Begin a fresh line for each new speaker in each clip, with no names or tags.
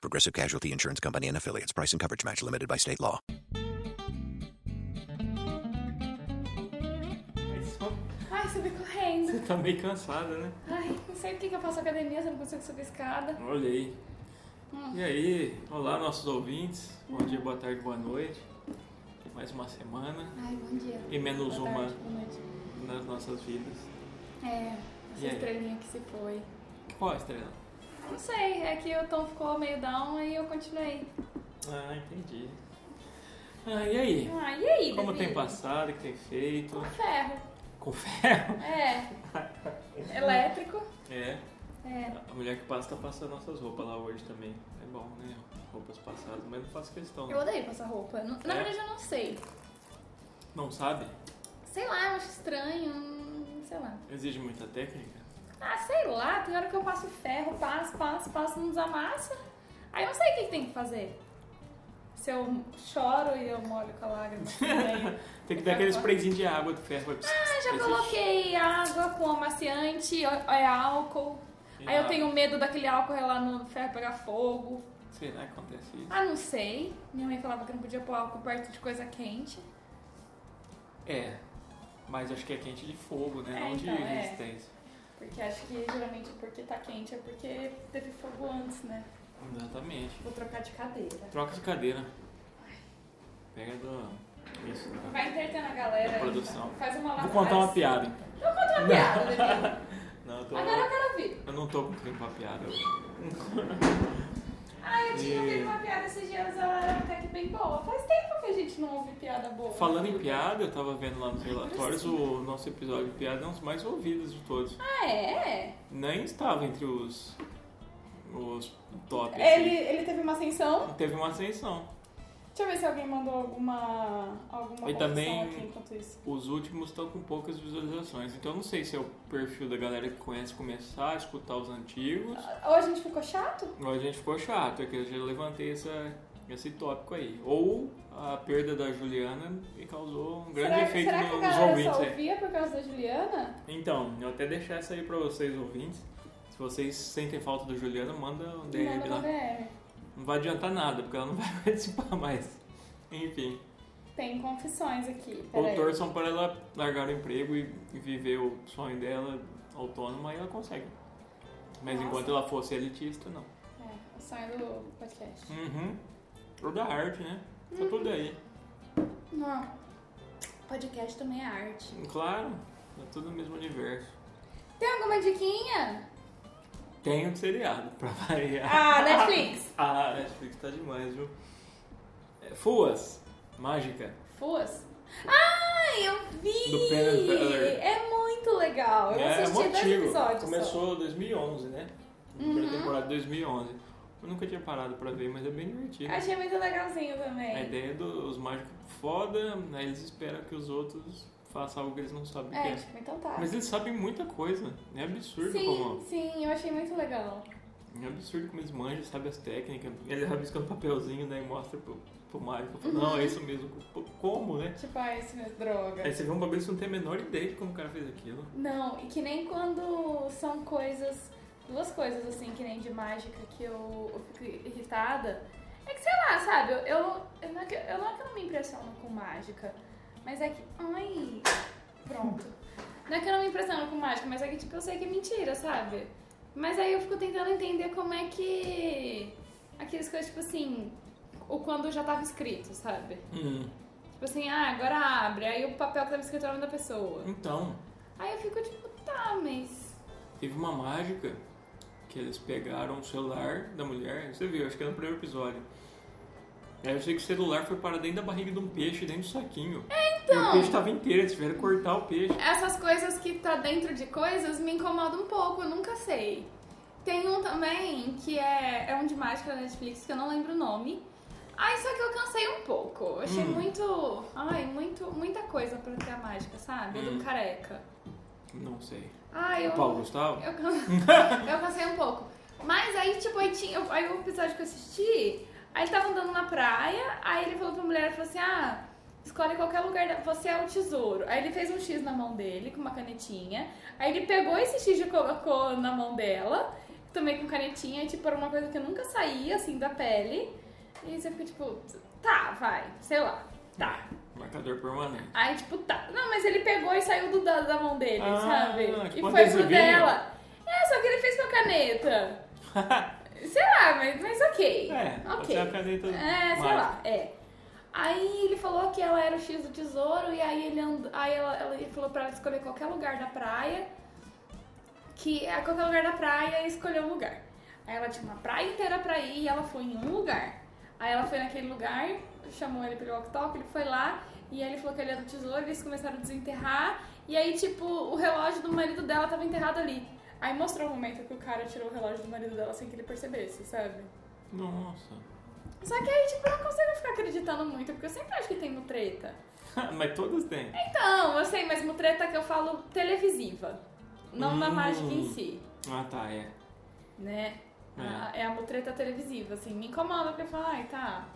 Progressive Casualty Insurance Company and affiliates. Price and coverage match limited by state law.
É só-
Ai, subi correndo.
Você tá meio cansada, né?
Ai, não sei por que que eu faço academia se eu não consigo subir escada.
Olha aí. E aí, olá nossos ouvintes. Bom dia, boa tarde, boa noite. Mais uma semana
Ai, bom dia.
E menos
Boa
uma.
tarde, boa noite.
nas nossas vidas.
É,
E
essa
aí?
estrelinha que se foi.
Qual a estrela?
Não sei, é que o tom ficou meio down e eu continuei.
Ah, entendi. Ah, e aí?
Ah, e aí,
Como
Davi?
tem passado, o que tem feito?
Ferro.
Com ferro?
É. Elétrico.
É.
É.
A mulher que passa tá passando nossas roupas lá hoje também. É bom, né? Roupas passadas, mas não faço questão. né?
Eu odeio passar roupa. Não- Na
É?
verdade, eu não sei.
Não sabe?
Sei lá, eu acho estranho. hum, Sei lá.
Exige muita técnica.
Ah, sei lá, tem hora que eu passo ferro, passo, passo, passo, não desamassa. Aí eu não sei o que que tem que fazer. Se eu choro e eu molho com a lágrima. também.
Tem que dar aquele sprayzinho de água do ferro.
ah, já coloquei água com amaciante, ó- é álcool. Aí eu tenho um- medo daquele álcool lá no ferro pegar fogo.
Será que acontece isso?
Ah, não sei. Minha mãe falava que não podia pôr álcool perto de coisa quente.
É, mas acho que é quente de fogo, né?
É,
não de
então, é.
resistência.
Porque acho que geralmente porque tá quente é porque teve fogo antes, né?
Exatamente.
Vou trocar de cadeira.
Troca de cadeira. Pega do. Isso. da-
Vai entretendo a galera.
Da
aí,
produção.
Faz uma lá
Vou contar
atrás.
uma piada então.
Então conta uma piada, Danilo.
Não, eu tô.
Agora eu quero ver.
Eu não tô com tempo pra piada.
Ah, eu tinha
E-
ouvido uma piada esses dias, ela era até que bem boa. Faz tempo que a gente não ouve piada boa.
Falando em piada, eu tava vendo lá nos relatórios, o nosso episódio de piada é um dos mais ouvidos de todos.
Ah, é?
Nem estava entre os. os top.
Ele,
assim.
ele teve uma ascensão.
Teve uma ascensão.
Deixa eu ver se alguém mandou alguma, alguma
E
confissão
também-
aqui enquanto isso.
Os últimos estão com poucas visualizações, então eu não sei se é o perfil da galera que conhece começar a escutar os antigos,
Ou a gente ficou chato?
ou a gente ficou chato, é que eu já levantei essa, esse tópico aí. Ou a perda da Juliana me causou um grande
será
efeito
será
no-
que a
nos
galera
ouvintes.
só
aí.
ouvia por causa da Juliana?
Então, eu até deixar essa aí pra vocês ouvintes. Se vocês sentem falta da Juliana, manda um DM
Manda no
lá.
DM.
Não vai adiantar nada, porque ela não vai participar mais. Enfim.
Tem confissões aqui.
Ou
peraí.
torçam para ela largar o emprego e e viver o sonho dela autônoma e ela consegue. Mas
Nossa.
enquanto ela fosse elitista, não.
É, o sonho do podcast.
Uhum. Ou da arte, né? Tá tudo aí.
Não. Podcast também é arte.
Claro, tá tudo no mesmo universo.
Tem alguma diquinha?
Tem um seriado pra variar.
Ah, Netflix.
Ah, Netflix tá demais, viu? É, Fuas, mágica.
Fuas. Ai, eu vi!
Do Penn and Teller.
É muito legal. Eu
é, é
assisti dois
antigo.
episódios. só. Uhum.
Começou em 2011, né? Primeira temporada de 2011. Eu nunca tinha parado pra ver, mas é bem divertido.
Achei muito legalzinho também.
A ideia dos mágicos foda, aí eles esperam que os outros façam algo que eles não sabem o
É,
que é.
tipo, então tá.
Mas eles sabem muita coisa. É absurdo
sim,
como.
sim, eu achei muito legal.
É absurdo como eles manjam, sabem as técnicas. Ele rabisca um papelzinho, daí mostra pro, pro mágico. Fala,
Uhum.
não, é isso mesmo. Pô, Como, né?
Tipo, ah, esse mesmo droga.
Aí você vê um papel e você não tem a menor ideia de como o cara fez aquilo.
Não, e que nem quando são coisas. Duas coisas assim, que nem de mágica, que eu, eu fico irritada. É que sei lá, sabe? Eu, eu, eu não, é que- eu não é que eu não me impressiono com mágica, mas é que. Ai! Pronto. Não é que eu não me impressiono com mágica, mas é que tipo, eu sei que é mentira, sabe? Mas aí eu fico tentando entender como é que. Aquelas coisas, tipo assim. O quando já tava escrito, sabe?
Hum.
Tipo assim, ah, agora abre. Aí o papel que tava escrito é o nome da pessoa.
Então,
Aí eu fico tipo, tá, mas.
teve uma mágica que eles pegaram o celular da mulher. Você viu, acho que era no primeiro episódio. Aí eu sei que o celular foi parar dentro da barriga de um peixe, dentro do saquinho. É,
então.
E o peixe tava inteiro, eles tiveram que cortar o peixe.
Essas coisas que tá dentro de coisas me incomodam um pouco, eu nunca sei. Tem um também que é, é um de mágica da Netflix que eu não lembro o nome. Ai, só que eu cansei um pouco. Achei
Hum.
muito. Ai, muito, muita coisa pra ter a mágica, sabe? Do careca.
Não sei.
Ai, Ah, eu.
Hum. Paulo Gustavo?
Eu, can- eu cansei um pouco. Mas aí, tipo, aí, tinha, aí o episódio que eu assisti, aí ele tava andando na praia, aí ele falou pra mulher, ele falou assim, ah, escolhe qualquer lugar, da- você é o tesouro. Aí ele fez um X na mão dele, com uma canetinha, aí ele pegou esse X e colocou na mão dela, também com canetinha, e, tipo, era uma coisa que nunca saía, assim, da pele. E você fica, tipo, tá, vai, sei lá, tá.
Marcador permanente.
Aí, tipo, tá. Não, mas ele pegou e saiu do, da, da mão dele,
Ah,
sabe? E
tipo um
foi pro
adesivinho.
dela. É, só que ele fez com a caneta. Sei lá, mas, mas ok.
É, pode
ok.
ser a caneta
É, sei
mágica.
lá, é. Aí ele falou que ela era o X do tesouro, e aí ele and... aí ela, ela- ele falou pra ela escolher qualquer lugar da praia. Que a qualquer lugar da praia e escolheu um lugar. Aí ela tinha uma praia inteira pra ir e ela foi em um lugar. Aí ela foi naquele lugar, chamou ele pelo walk-talk, ele foi lá, e aí ele falou que ele era do tesouro, eles começaram a desenterrar, e aí, tipo, o relógio do marido dela tava enterrado ali. Aí mostrou o momento que o cara tirou o relógio do marido dela sem que ele percebesse, sabe?
Nossa.
Só que aí, tipo, eu não consigo ficar acreditando muito, porque eu sempre acho que tem mutreta.
Mas todas têm.
Então, eu sei, mas mutreta que eu falo televisiva, não na
Hum.
mágica em si,
Ah, tá, é.
né?
É.
A- É a mutreta televisiva, assim, me incomoda, porque eu falo, ai, tá...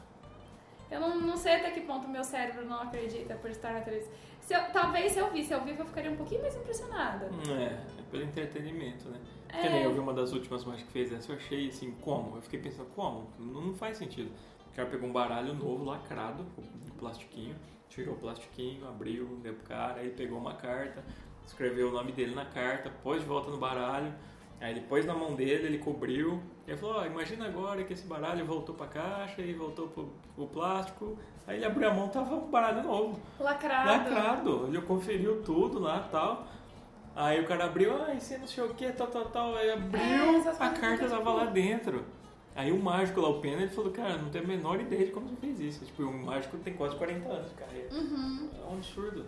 Eu não, não sei até que ponto meu cérebro não acredita por estar na televisão. Se eu- talvez se eu visse ao vivo, eu ficaria um pouquinho mais impressionada.
É, é pelo entretenimento, né?
É.
Que nem eu vi uma das últimas mágicas que fez essa, eu achei assim, como? Eu fiquei pensando, como? Não, não faz sentido. O cara pegou um baralho novo, lacrado, com um plastiquinho, tirou o plastiquinho, abriu, deu pro cara, aí pegou uma carta, escreveu o nome dele na carta, pôs de volta no baralho, aí ele pôs na mão dele, ele cobriu, e ele falou, ó, imagina agora que esse baralho voltou pra caixa e voltou pro, pro plástico, aí ele abriu a mão, tava um baralho novo
Lacrado.
lacrado. é Ele conferiu tudo lá e tal. Aí o cara abriu, ah, esse não sei o que, tal, tal, tal. Aí
É,
abriu,
essas
a
coisas
carta
ficam,
tava
tipo-
lá dentro. Aí o mágico lá, o Pena, ele falou, cara, não tenho a menor ideia de como você fez isso. Tipo, o mágico tem quase 40 anos, cara. É
Uhum.
um absurdo.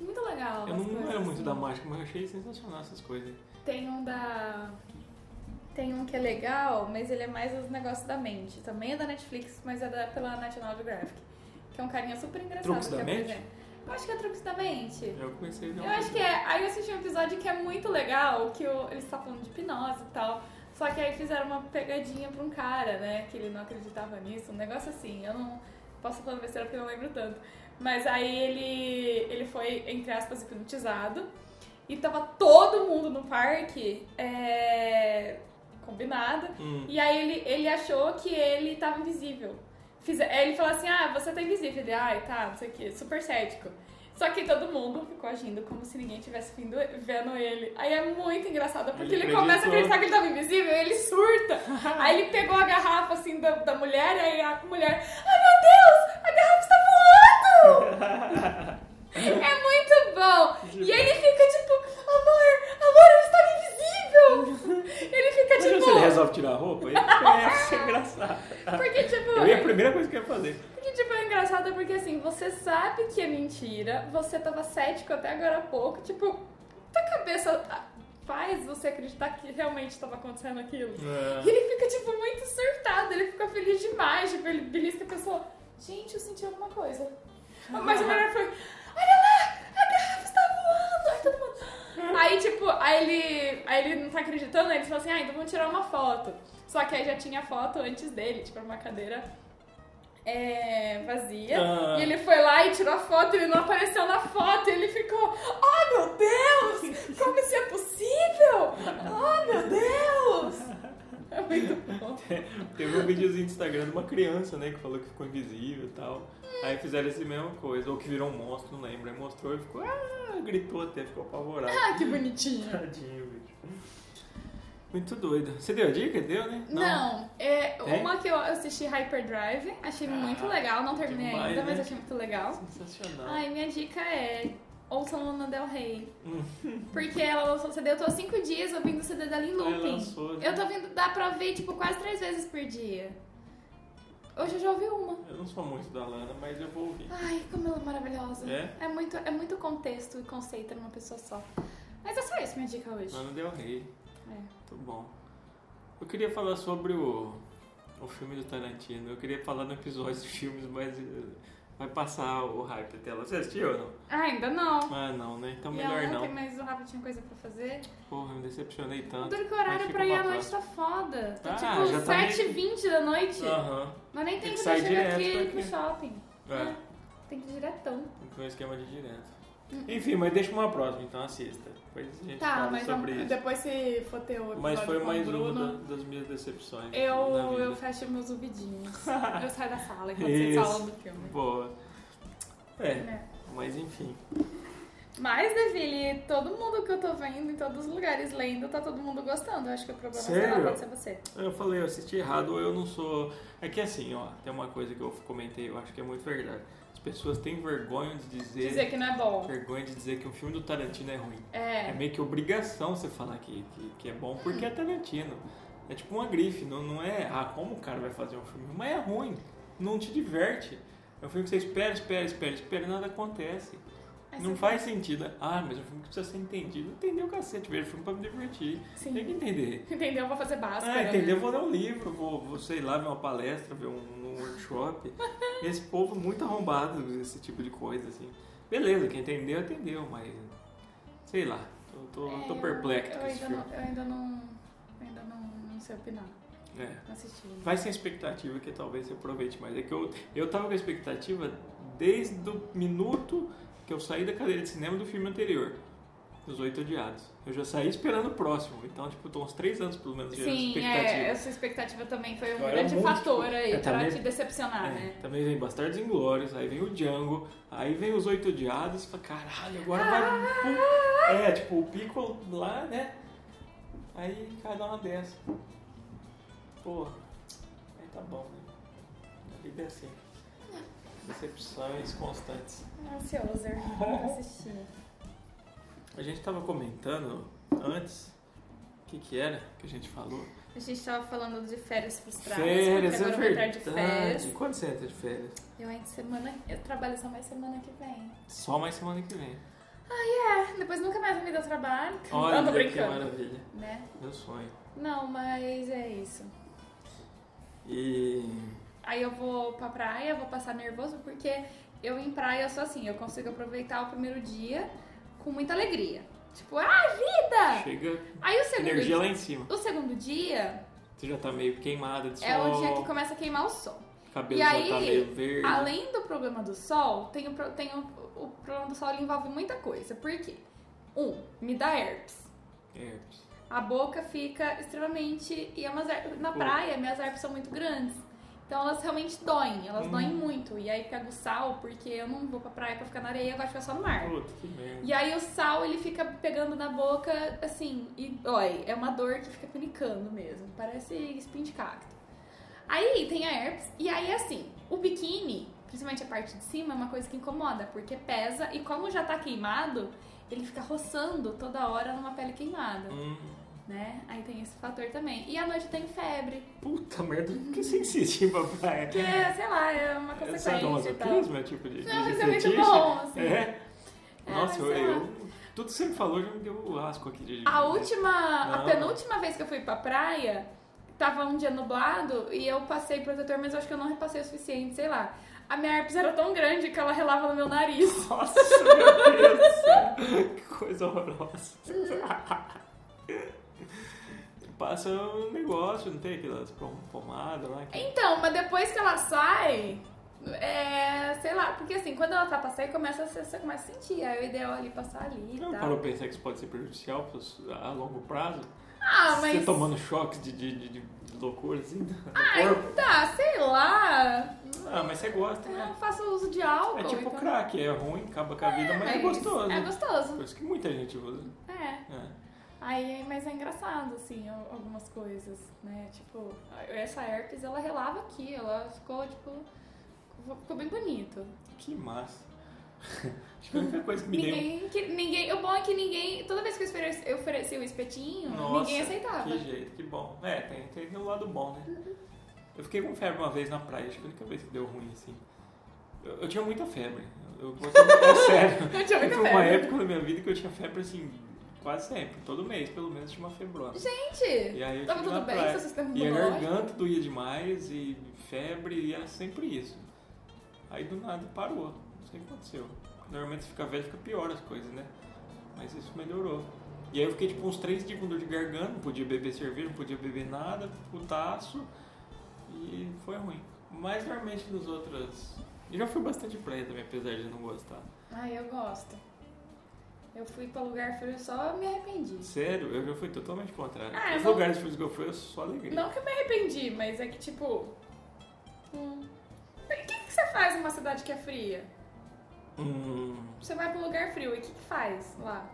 Muito legal.
Eu
as
não
coisas,
era muito
assim.
da mágica, mas eu achei sensacional essas coisas.
Tem um da. Tem um que é legal, mas ele é mais os negócios da mente. Também é da Netflix, mas é da, pela National Geographic. Que é um carinha super engraçado.
Truques
que
da
é
Mente?
presente. Eu acho que é Truques da Mente.
Eu comecei a ver
Eu
uma
acho que é. Aí eu assisti um episódio que é muito legal, que o, ele está falando de hipnose e tal. Só que aí fizeram uma pegadinha pra um cara, né? Que ele não acreditava nisso, um negócio assim. Eu não posso falar besteira porque eu não lembro tanto. Mas aí ele, ele foi, entre aspas, hipnotizado. E tava todo mundo no parque, é, combinado.
Hum.
E aí ele, ele achou que ele tava invisível. Fiz- aí ele falou assim, ah, você tá invisível. Ele, ai, tá, não sei o que, super cético. Só que todo mundo ficou agindo como se ninguém tivesse vindo, vendo ele. Aí é muito engraçado, porque
Ele
ele, começa a
acreditou.
acreditar que ele tava invisível e ele surta. aí ele pegou a garrafa, assim, da, da mulher, e aí a mulher, ai meu Deus, a garrafa está voando! É muito bom! E ele fica tipo, amor, amor, eu estava invisível! Ele fica
Imagina se ele
tipo.
resolve tirar a roupa, ele é engraçado.
Porque, tipo.
Eu ia a primeira coisa que eu ia fazer.
Porque, tipo, é engraçado porque assim, você sabe que é mentira, você tava cético até agora há pouco, tipo, tua cabeça ah, faz você acreditar que realmente estava acontecendo aquilo.
É.
E ele fica, tipo, muito surtado, ele fica feliz demais, tipo, ele belisca a pessoa. Gente, eu senti alguma coisa. Mas o melhor foi, olha lá, a garrafa está voando, aí todo mundo... Aí, tipo, aí ele, aí ele não tá acreditando, aí ele falou assim, ah, então vamos tirar uma foto. Só que aí já tinha foto antes dele, tipo, era uma cadeira é, vazia.
Ah.
E ele foi lá e tirou a foto, ele não apareceu na foto, e ele ficou, oh meu Deus, como isso é possível? Oh meu Deus! É muito bom.
Teve um videozinho do Instagram de uma criança, né, que falou que ficou invisível e tal. Aí fizeram essa mesma coisa, ou que virou um monstro, não lembro. Aí mostrou e ficou, ah, gritou até, ficou apavorado.
Ah, que bonitinho.
Tadinho, bicho. Muito doido. Você deu a dica? Deu, né?
Não, é
Tem?
uma que eu assisti Hyperdrive, achei muito legal, não terminei
demais,
ainda, mas
né?
achei muito legal.
Sensacional.
Ai, minha dica é ouçam Lana Del Rey.
Hum.
Porque ela lançou o CD, eu tô há cinco dias ouvindo o CD dela em
Aí
looping.
lançou, né?
Eu tô ouvindo, dá pra ver, tipo, quase três vezes por dia. Hoje eu já ouvi uma.
Eu não sou muito da Lana, mas eu vou ouvir.
Ai, como ela é maravilhosa.
É?
muito, é muito contexto e conceito numa pessoa só. Mas é só isso minha dica hoje.
Ah. Lana Del Rei.
É.
Muito bom. Eu queria falar sobre o, o filme do Tarantino. Eu queria falar no episódio de filmes, mas eh, vai passar o hype até lá. Você assistiu ou não?
Ah, ainda não.
Ah, não, né? Então
E
melhor
ontem,
não.
mas o Rafa tinha coisa pra fazer.
Porra, me decepcionei
O
tanto.
Duro
Mas
horário
fica
pra ir à
pra
noite tá foda. Tá
Ah, já
tipo
tá meio-
7h20 da noite.
Aham.
Mas nem tem
Tem que
que
sair
chegar
direto
aqui
pra
ir pro
aqui.
shopping.
É.
Hum. Tem que ir diretão.
Foi um esquema de direto. Enfim, mas deixa uma próxima, então assista. Depois a gente
Hum. Tá,
fala
mas
sobre
vamos-
isso.
depois se for ter outro
Mas foi mais uma
Bruno,
da- das minhas decepções. assim, na
Eu,
vida.
eu fecho meus ouvidinhos. eu saio da sala enquanto vocês
Isso.
falam do filme.
Boa. É,
É.
mas enfim.
Mas, Deville, todo mundo que eu tô vendo em todos os lugares lendo, tá todo mundo gostando. Eu acho que o problema sei lá,
Sério?
pode ser você.
Eu falei, eu assisti errado ou eu não sou. É que assim, ó, tem uma coisa que eu comentei, eu acho que é muito verdade. As pessoas têm vergonha de dizer.
Dizer que não é bom.
Vergonha de dizer que um filme do Tarantino é ruim.
É.
É meio que obrigação você falar que, que, que é bom, porque é Tarantino. É tipo uma grife, não, não é, ah, como o cara vai fazer um filme? Mas é ruim, não te diverte. É um filme que você espera, espera, espera, espera e nada acontece.
Mas
não
você-
faz sentido. Ah, mas é um filme que precisa ser entendido. Entender o cacete, vejo o filme pra me divertir.
Sim.
Tem que entender.
Entendeu? Vou fazer né? básica.
Ah, entendeu? Vou ler um livro, vou, vou, sei lá, ver uma palestra, ver um, um workshop. Esse povo muito arrombado, esse tipo de coisa, assim. Beleza, quem entendeu, entendeu, mas. Sei lá, eu tô, tô perplexo
É, eu,
com esse
ainda
filme.
Não, eu ainda não. eu ainda não, não sei opinar.
É.
Não assisti.
Vai sem expectativa que talvez você aproveite mais. É que eu, eu tava com a expectativa desde o minuto que eu saí da cadeira de cinema do filme anterior. Dos Oito Odiados. Eu já saí esperando o próximo. Então, tipo, tô uns três anos pelo menos gerando
Sim,
expectativa.
é, essa expectativa também foi um
Agora é
grande
um monte de-
fator aí
Eu
pra
também-
te decepcionar,
É,
né?
Também vem Bastardos Inglórios, aí vem o Django, aí vem os Oito Odiados, e fala, caralho, agora vai... É, tipo, o Pico lá, né? Aí cada uma dessa. Pô, aí tá bom, né? A vida é assim. Decepções constantes.
Ansioso, não assisti.
A gente tava comentando antes, o que que era que a gente falou?
A gente tava falando de férias frustradas,
férias,
porque
é
agora eu vou entrar de férias.
verdade. Quando você entra de férias?
Eu entro semana. Eu trabalho só mais semana que vem.
Só mais semana que vem.
Ai, é. Depois nunca mais me dá trabalho.
Olha
não, tô
que
brincando.
maravilha.
Né?
Meu sonho.
Não, mas é isso.
E.
Aí eu vou pra praia, vou passar nervoso, porque eu em praia eu sou assim, eu consigo aproveitar o primeiro dia com muita alegria. Tipo, ah, vida!
Chega
Aí o segundo
energia lá
dia,
em cima.
o segundo dia
Você já tá meio queimada de sol.
é o dia que começa a queimar o sol.
cabelo
e
já
aí,
tá meio verde.
Além do problema do sol, tem o, pro- tem o, o problema do sol ele envolve muita coisa. Por quê? Um, me dá herpes.
É.
A boca fica extremamente. E é umas her- na
Pô.
praia, minhas herpes são muito grandes. Então elas realmente doem, elas
Hum.
doem muito. E aí pega o sal, porque eu não vou pra praia pra ficar na areia, eu gosto de ficar só no mar.
Puta que merda.
É. E aí o sal, ele fica pegando na boca, assim, e dói. É uma dor que fica pinicando mesmo. Parece espinho de cacto. Aí tem a herpes, e aí assim, o biquíni, principalmente a parte de cima, é uma coisa que incomoda, porque pesa, e como já tá queimado, ele fica roçando toda hora numa pele queimada,
Hum,
né? Aí tem esse fator também. E à noite tem febre,
puta merda, por que você insiste em papai?
que, é, sei lá, é uma
É
consequência e tal.
sadomasoquismo, é tipo de.
Não,
de
mas é muito
fetiche?
bom, assim.
É.
É,
Nossa,
mas
eu,
sei lá.
eu- Tudo que você me falou já me deu o asco aqui de.
A última, a
Não.
penúltima vez que eu fui pra praia, tava um dia nublado e eu passei protetor, mas eu acho que eu não repassei o suficiente, sei lá. A minha herpes era tão grande que ela relava no meu nariz.
Nossa, meu Deus do céu. Que coisa horrorosa. Passa um negócio, não tem aquelas pom- pomadas lá? que-
Então, mas depois que ela sai, é, sei lá, porque assim, quando ela tá pra sair, começa a, ser- você começa a sentir. Aí o ideal é ali passar ali e
Não
tal.
parou pra pensar que isso pode ser prejudicial pros- a longo prazo?
Ah,
Você
mas.
tomando choques de, de, de, de loucura assim no corpo?
Ai, tá, sei lá.
Ah, mas você gosta,
Eu não
né?
faço uso de álcool.
É tipo
então-
crack, é ruim, acaba com a vida, mas é gostoso.
É
Por
gostoso.
isso que muita gente usa.
É.
É.
Aí, mas é engraçado, assim, al- algumas coisas, né? Tipo, essa herpes, ela relava aqui, ela ficou, tipo, ficou bem bonito.
Que massa. Acho que a única coisa que me deu...
Ninguém, que, ninguém, o bom é que ninguém, toda vez que eu ofereci, eu ofereci o espetinho,
Nossa,
ninguém aceitava.
Que jeito, que bom. É, tem, tem um lado bom, né? Eu fiquei com febre uma vez na praia, acho que a única vez que deu ruim, assim. Eu, eu tinha muita febre. Eu, eu gostava- é sério.
Eu Então, tinha muita
Foi uma
febre.
época da minha vida que eu tinha febre, assim, Quase sempre, todo mês, pelo menos tinha uma febrona.
Gente,
E aí eu
tava
tive
tudo
na
bem?
praia.
Seu sistema
E a
imunológico?
garganta doía demais, e febre, e era sempre isso. Aí do nada parou, não sei o que aconteceu. Normalmente você fica velho, fica pior as coisas, né? Mas isso melhorou. E aí eu fiquei tipo uns três dias com dor de garganta, não podia beber cerveja, não podia beber nada, putaço, e foi ruim. Mas normalmente nos outros. E já fui bastante praia também, apesar de não gostar.
Ai, eu gosto. Eu fui pra lugar frio e só me arrependi.
Sério, eu já fui totalmente contrário.
Ah, eu
Os
vou-
lugares frios que eu fui, eu só alegria.
Não que eu me arrependi, mas é que tipo. hum, O que, que você faz numa cidade que é fria?
Hum.
Você vai pra um lugar frio e o que, que faz lá?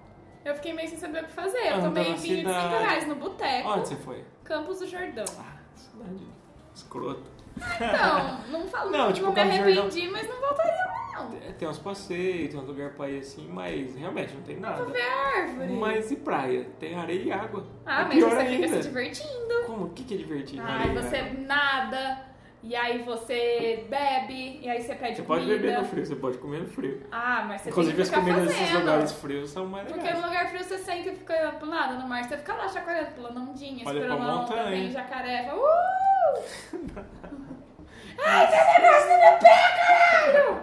Eu fiquei meio sem saber o que fazer. Eu
Anda
tomei
então, na
vinho de 5
cidade.
reais no boteco,
Onde você foi?
Campos do Jordão.
Ah, cidade escrota.
Então, não falo
Não,
não,
tipo,
me
Campos do Jordão-
arrependi, mas não voltaria lá, não.
É, Tem uns passeios, tem uns lugares pra ir assim, mas realmente não tem nada.
Vou ver a árvore.
Mas e praia? Tem areia e água.
Ah,
É
mas
pior
você fica se
ainda.
divertindo.
Como? O que, que é divertido? na
Ai,
areia e
você é
água?
nada, e aí você bebe, e aí você pede
Você pode
comida.
beber no frio, você pode comer no frio.
Ah, mas você
Inclusive,
tem
as
que ficar
comidas desses
fazendo.
lugares frios são mais
Porque
legais.
no lugar frio você senta e fica olhando pro nada, no mar você fica lá chacoalhando, pulando ondinha,
Olha
esperando
pra
a onda,
montanha.
vem jacaré, fala, uh! Ai, tem negócio no meu pé, caralho!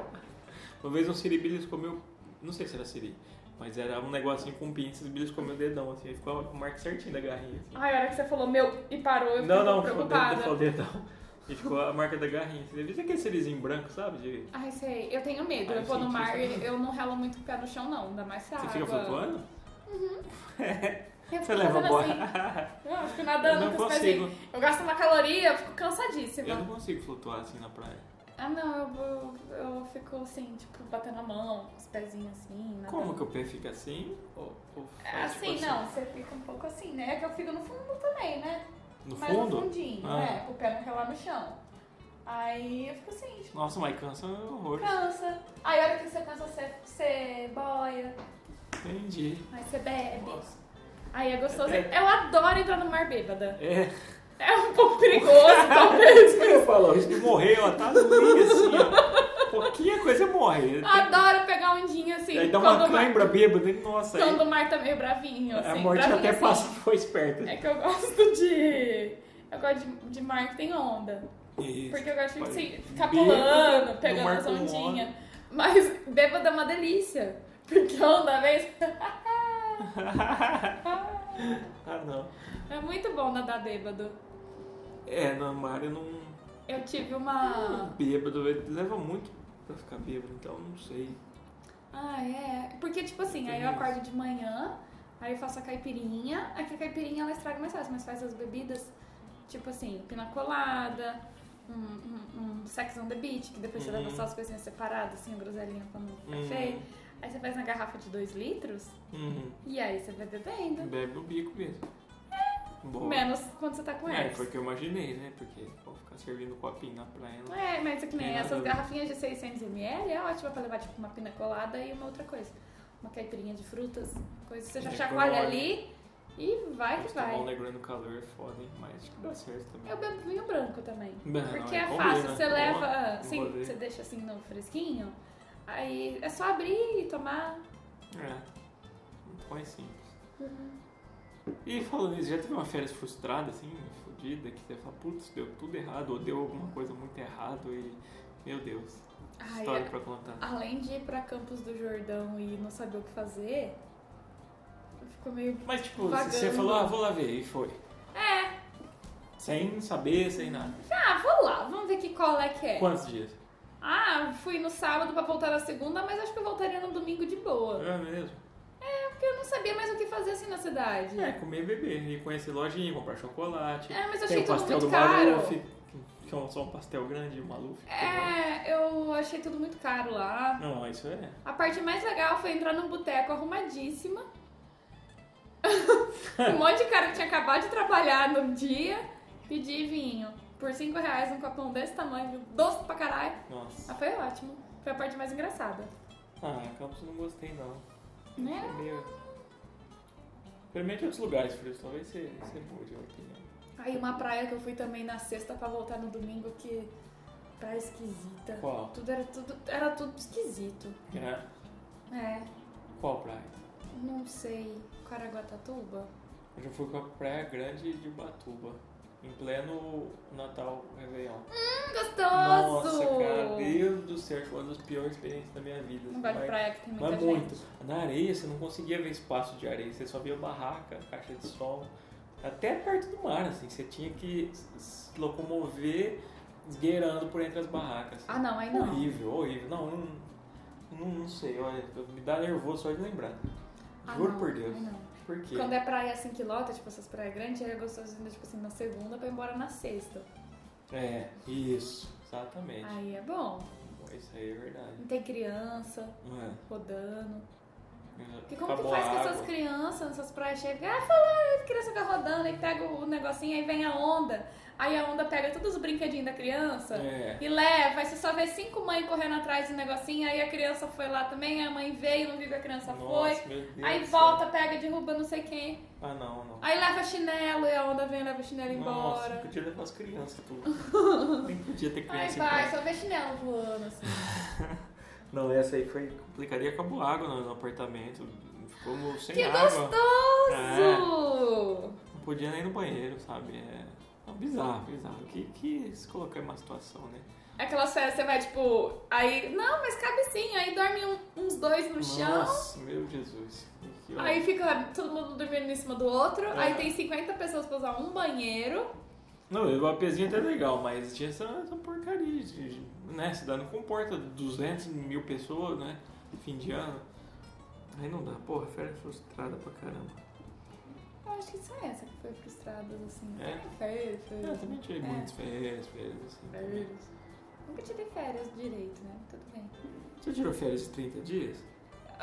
Uma vez um siri beliscou meu. Não sei se era siri, mas era um negocinho com pinças, beliscou meu dedão, assim, aí ficou com o marco certinho da garrinha. Assim.
Ai, a hora que você falou meu e parou, eu fiquei
não,
um
não, ficou o dedo-
preocupada.
ficou o dedão. E ficou a marca da garrinha. Você viu aquele sirizinho branco, sabe? De...
Ai, sei, eu tenho medo,
Ai,
eu vou no
gente,
mar,
isso é
eu não relo muito o pé no chão não, ainda mais se a
Você
água...
fica flutuando? Você
Eu fico
leva
fazendo
embora.
assim. Não, eu fico
Eu
nadando
não
com os assim, pezinhos.
consigo.
Eu gasto uma caloria, eu fico cansadíssima.
Eu não consigo flutuar assim na praia.
Ah, não, eu, eu, eu fico assim, tipo, batendo a mão, com os pezinhos assim. nadando.
Como que o pé fica assim? Ou, ou
É,
faz, tipo,
Assim, não, você fica um pouco assim, né? É que eu fico no fundo também, né?
No
Mas
fundo?
no fundinho,
Ah.
é, o pé não relar no chão. Aí eu fico assim, tipo,
Nossa, mas cansa é um horror.
cansa. Aí a hora que você cansa, você, você boia,
Entendi.
aí você bebe.
Nossa.
Aí é gostoso.
É.
Eu adoro entrar no mar bêbada.
É.
É um pouco perigoso, talvez. mas-
Eu falo, isso de morrer, ó, tá doendo assim, ó. Pouquinha coisa é morrer.
Adoro pegar ondinha assim.
Aí dá uma
Ah, quando o mar-
cãibra bêbada, e, nossa.
Quando
Aí,
o mar tá meio bravinho, assim.
a morte
bravinho,
até
assim.
passa foi esperta.
É que eu gosto de. Eu gosto de, de mar que tem onda.
Isso.
Porque eu gosto de
Pode-
assim, ficar
Bêbado,
pulando,
no
pegando
mar
as
com
ondinhas. Mas bêbada é uma delícia. Porque onda vez.
ah, não.
é muito bom nadar bêbado.
É, no mar eu não...
Eu tive uma.
Bêbado, ele leva muito pra ficar bêbado, então não sei.
Ah, é. Porque, tipo assim, aí eu
Tem isso.
acordo de manhã, aí eu faço a caipirinha. Aqui a caipirinha ela estraga mais fácil, mas faz as bebidas, tipo assim, pina colada, um, um, um sex on the beach, que depois você
Uhum.
leva só as coisinhas separadas, assim, a groselinha pra no
Uhum.
café. Aí você faz na garrafa de 2 litros
Uhum.
e aí você vai bebendo.
Bebe o bico mesmo. Boa.
Menos quando você tá É, com
É,
ex.
porque eu imaginei, né? Porque pô, ficar servindo um copinho na praia. né? Não...
É, mas é que nem
Tem nada a
essas
ver.
garrafinhas de 600ml é ótima pra levar, tipo, uma pina colada e uma outra coisa. Uma caipirinha de frutas, coisa. Você já
É,
chacoalha
colada.
ali e vai que
Mas tomar um
vai.
negrão no calor é foda, hein? Mas acho que dá certo também.
Eu bebo vinho branco também.
Não,
porque
é
é
combina,
fácil, você
combina,
leva,
combina.
assim, você deixa assim no fresquinho, aí é só abrir e tomar.
É. Muito mais simples.
Uhum.
E falando nisso, já teve uma férias frustrada, assim, fodida, que você fala, putz, deu tudo errado, ou deu alguma coisa muito errado e. Meu Deus,
Ai,
história
é-
pra contar.
além de ir pra Campos do Jordão e não saber o que fazer, eu fico meio.
Mas tipo,
Vagando.
você falou, ah, vou lá ver, e foi.
É,
Sem saber, sem nada.
ah, vou lá, vamos ver que cola é que é.
Quantos dias?
Ah, fui no sábado pra voltar na segunda, mas acho que eu voltaria no domingo de boa.
É mesmo?
É, porque eu não sabia mais o que fazer assim na cidade.
É, comer e beber, e conhecer lojinha, comprar chocolate.
É, mas eu
Tem
achei
o
tudo
pastel
muito
do
caro.
Maluf, que é um- só um pastel grande, Maluf. que
É, eu achei tudo muito caro lá.
Não, não, isso é.
A parte mais legal foi entrar num boteco arrumadíssima. um monte de cara que tinha acabado de trabalhar no dia, pedir vinho. Por 5 reais, um copão desse tamanho, doce pra caralho. Ah,
Nossa.
foi ótimo. Foi a parte mais engraçada.
Ah, Campos eu não gostei não. É
Né?
meio. Experimente outros lugares, Frios. Talvez você, você mude a opinião.
Aí uma praia que eu fui também na sexta pra voltar no domingo, que praia esquisita.
Qual?
Tudo era tudo, era tudo esquisito.
É.
É.
Qual praia?
Não sei. Caraguatatuba?
Eu já fui pra Praia Grande de Ubatuba. Em pleno Natal, Réveillon.
Hum, gostoso!
Nossa, cara, Deus do céu, foi uma das piores experiências da minha vida. assim,
Não vai Um de
Mas-
praia que tem muita
Mas
gente.
muito. Na areia você não conseguia ver espaço de areia, você só via barraca, caixa de sol. Até perto do mar, assim, você tinha que se locomover esgueirando por entre as barracas.
Ah, não, aí não.
Horrível, horrível. Não, eu não, não, não sei, olha, me dá nervoso só de lembrar.
Ah,
Juro
não,
por Deus.
aí não.
Por quê?
Quando é praia assim que lota, tipo essas praias grandes, aí é gostoso ainda, tipo assim, na segunda pra ir embora na sexta.
É, isso, exatamente.
Aí é bom.
Isso aí é verdade.
Não tem criança
É,
rodando. Porque como
acabou
que faz
a
que
água.
essas crianças nessas praias chegam? Ah, fala, a criança fica rodando, aí pega o negocinho, aí vem a onda. Aí a onda pega todos os brinquedinhos da criança
É.
e leva. Aí você só vê cinco mães correndo atrás do negocinho, aí a criança foi lá também, aí a mãe veio, não viu que a criança
Nossa,
foi.
meu Deus
Aí
do céu.
volta, pega, derruba não sei quem.
Ah, não, não.
Aí leva chinelo, e a onda vem, leva chinelo
Nossa,
embora.
podia levar as crianças tudo. Nem podia ter
Aí
criança em
vai,
casa.
só vê chinelo voando assim.
Não, essa aí foi complicada e acabou a água no, no apartamento. Ficou sem
que
água. É.
gostoso!
Não podia nem ir no banheiro, sabe? É não, bizarro, bizarro. Que, que se colocar em uma situação, né?
Aquelas férias você vai, tipo, aí. Não, mas cabe sim, aí dorme um- uns dois no chão.
Nossa, meu Jesus. Que que-
Aí fica todo mundo dormindo em cima do outro.
É.
Aí tem 50 pessoas pra usar um banheiro.
Não, o vapezinho é até legal, mas tinha essa, essa porcaria, de, de- né? A cidade não comporta 200 mil pessoas, né? Fim de ano. Aí não dá, porra, férias é frustrada pra caramba.
Eu acho que só essa que foi frustrada, assim.
É?
Férias, férias.
Eu também tirei
É.
muitas férias, férias, assim. também.
Férias. Nunca tirei férias direito, né? Tudo bem.
Você tirou férias de 30 dias?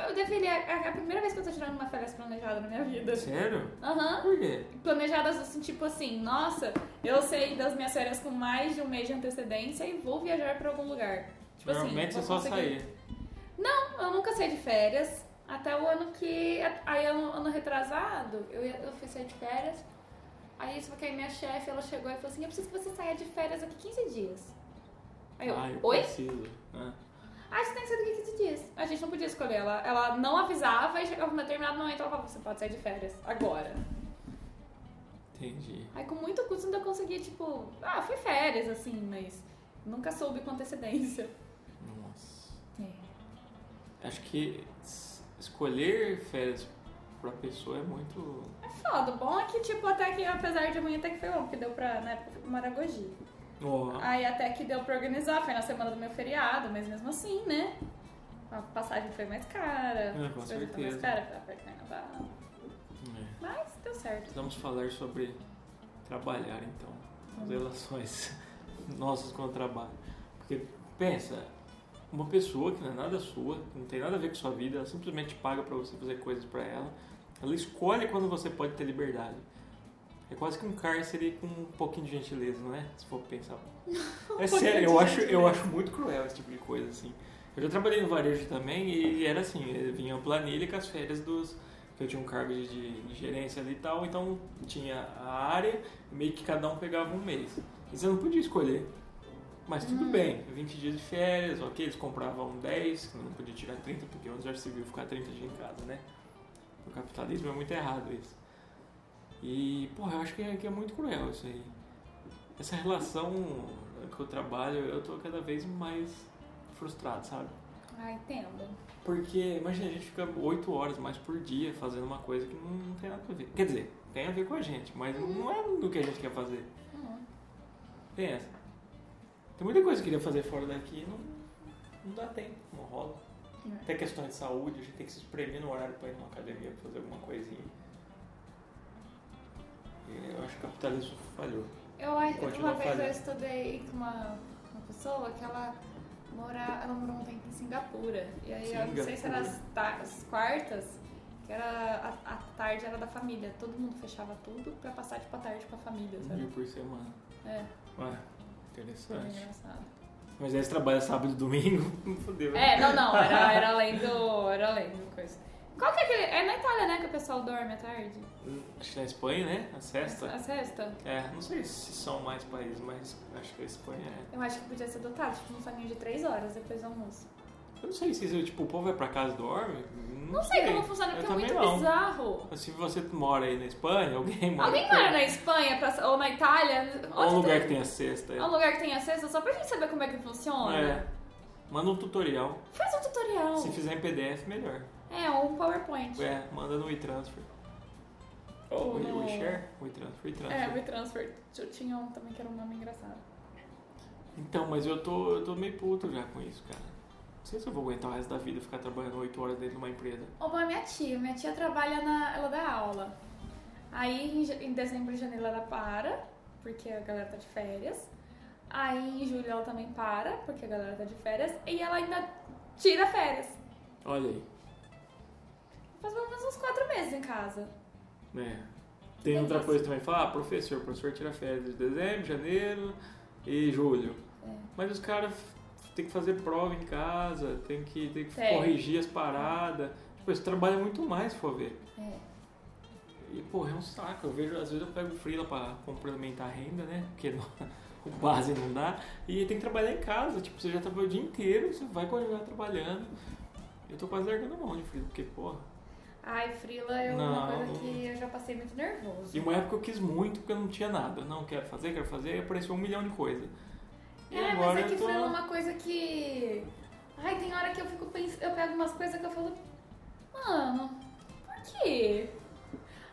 Eu deveria. É a primeira vez que eu tô tirando uma férias planejada na minha vida.
Sério? Ah,
Aham.
Por quê?
planejadas assim, tipo assim, nossa, eu sei das minhas férias com mais de um mês de antecedência e vou viajar pra algum lugar. Tipo assim,
Normalmente
vou
você só
conseguir.
saía.
Não, eu nunca saí de férias. Até o ano que. Aí, ano, ano retrasado, eu, ia- eu fui sair de férias. Aí, só que aí minha chefe, ela chegou e falou assim: eu preciso que você saia de férias daqui 15 dias. Aí eu,
ah, eu
oi?
preciso. né?
Ah, você tem que sair daqui 15 dias. A gente não podia escolher. Ela, ela não avisava e chegava num determinado momento ela falava: você pode sair de férias agora.
Entendi.
Aí com muito custo ainda consegui, tipo, ah, foi férias, assim, mas nunca soube com antecedência.
Nossa.
É.
Acho que es- escolher férias pra pessoa é muito.
Foda, o bom é que, tipo, até que, apesar de ruim, até que foi bom, porque deu pra, na época, eu fui pra Maragogi.
Ó,
Aí até que deu pra organizar, foi na semana do meu feriado, mas mesmo assim, né? A passagem foi mais cara,
É, com
as coisas foram mais
certeza.
caras, pra perto do carnaval.
é.
Mas deu certo.
Vamos falar sobre trabalhar então. As
Vamos.
relações nossas com o trabalho. Porque pensa, uma pessoa que não é nada sua, que não tem nada a ver com sua vida, ela simplesmente paga pra você fazer coisas pra ela. Ela escolhe quando você pode ter liberdade. É quase que um cárcere com um pouquinho de gentileza, não é? Se for pensar. É sério, eu
Um de
acho, eu
gentileza.
acho muito cruel esse tipo de coisa, assim. Eu já trabalhei no varejo também e era assim, eh, vinha uma planilha com as férias dos. que eu tinha um cargo de, de- de gerência ali e tal, então tinha a área, meio que cada um pegava um mês. E você não podia escolher. Mas tudo bem, 20 dias de férias, ok, eles compravam 10, que não podia tirar 30, porque o exército civil ficar 30 dias em casa, né? O capitalismo é muito errado isso. E, porra, eu acho que é, que é muito cruel isso aí. Essa relação que eu trabalho, eu tô cada vez mais frustrado, sabe?
Ai, entendo.
Porque, imagina, a gente fica 8 horas mais por dia fazendo uma coisa que não, não tem nada a ver. Quer dizer, tem a ver com a gente, mas não é do que a gente quer fazer.
Hum.
Tem essa. Tem muita coisa que eu queria fazer fora daqui e não, não dá tempo, não rola.
É.
Até questões de saúde, a gente tem que se espremer no horário pra ir numa academia pra fazer alguma coisinha. E eu acho que o capitalismo falhou.
Eu acho
Continua
uma vez eu
falhando.
estudei com uma, uma pessoa que ela mora, ela morou um tempo em Singapura. E aí eu não sei se era as, ta- as quartas, que era a, a tarde era da família. Todo mundo fechava tudo pra passar tipo a tarde com a família,
Um
sabe?
dia por semana.
É,
Ué,
foi bem
interessante.
engraçado.
Mas aí você trabalha sábado e domingo, não fodeu. né?
É, não, não, era, era além do. Era além do coisa. Qual que é aquele. É na Itália, né, que o pessoal dorme à tarde?
Acho que na Espanha, né? A
A
sexta.
sexta?
É, não sei se são mais países, mas acho que a Espanha é.
Eu acho que podia ser adotado, tipo, um soninho de três horas depois do almoço.
Eu não sei se, tipo, o povo vai pra casa e dorme.
Não sei como funciona,
Eu
porque é
também
muito
não.
bizarro.
Se você mora aí na Espanha, alguém mora.
Alguém
aqui.
mora na Espanha pra- ou na Itália?
Ou um
Onde
lugar que
tem...
tenha cesta. aí.
Ou um lugar que tem acesso só pra gente saber como é que funciona.
É. Manda um tutorial.
Faz um tutorial.
Se fizer em PDF, melhor.
É, ou um PowerPoint.
É, manda no WeTransfer.
Ou
We-
no...
WeShare? WeTransfer,
Oh, É,
WeTransfer.
o transfer Eu tinha um também que era um nome engraçado.
Então, mas eu tô, eu tô meio puto já com isso, cara. Não sei se eu vou aguentar o resto da vida ficar trabalhando 8 horas dentro de uma empresa.
Ou uma minha tia. Minha tia trabalha na. Ela dá aula. Aí em ja- em dezembro e janeiro ela para, porque a galera tá de férias. Aí em julho ela também para, porque a galera tá de férias. E ela ainda tira férias.
Olha aí.
Faz pelo menos uns quatro meses em casa.
né? Tem outra
Beleza.
coisa também. Fala, ah, professor, o professor tira férias de dezembro, janeiro e julho.
É.
Mas os caras têm que fazer prova em casa, tem que, tem que
Tem.
corrigir as paradas. Tipo, eles trabalham muito mais, se for ver.
É.
E, porra, é um saco. Eu vejo, às vezes eu pego o freela pra complementar a renda, né? Porque não- o base não dá. E tem que trabalhar em casa. Tipo, você já trabalhou o dia inteiro, você vai continuar trabalhando. Eu tô quase largando a mão de freela, porque, porra...
Ai, Frila é
Não.
uma coisa que eu já passei muito nervoso.
E uma época eu quis muito porque eu não tinha nada. Não, quero fazer, quero fazer. E apareceu um milhão de coisas. E
É,
agora
mas é que
eu tô...
Frila é uma coisa que. Ai, tem hora que eu fico pensando. Eu pego umas coisas que eu falo. Mano, por quê?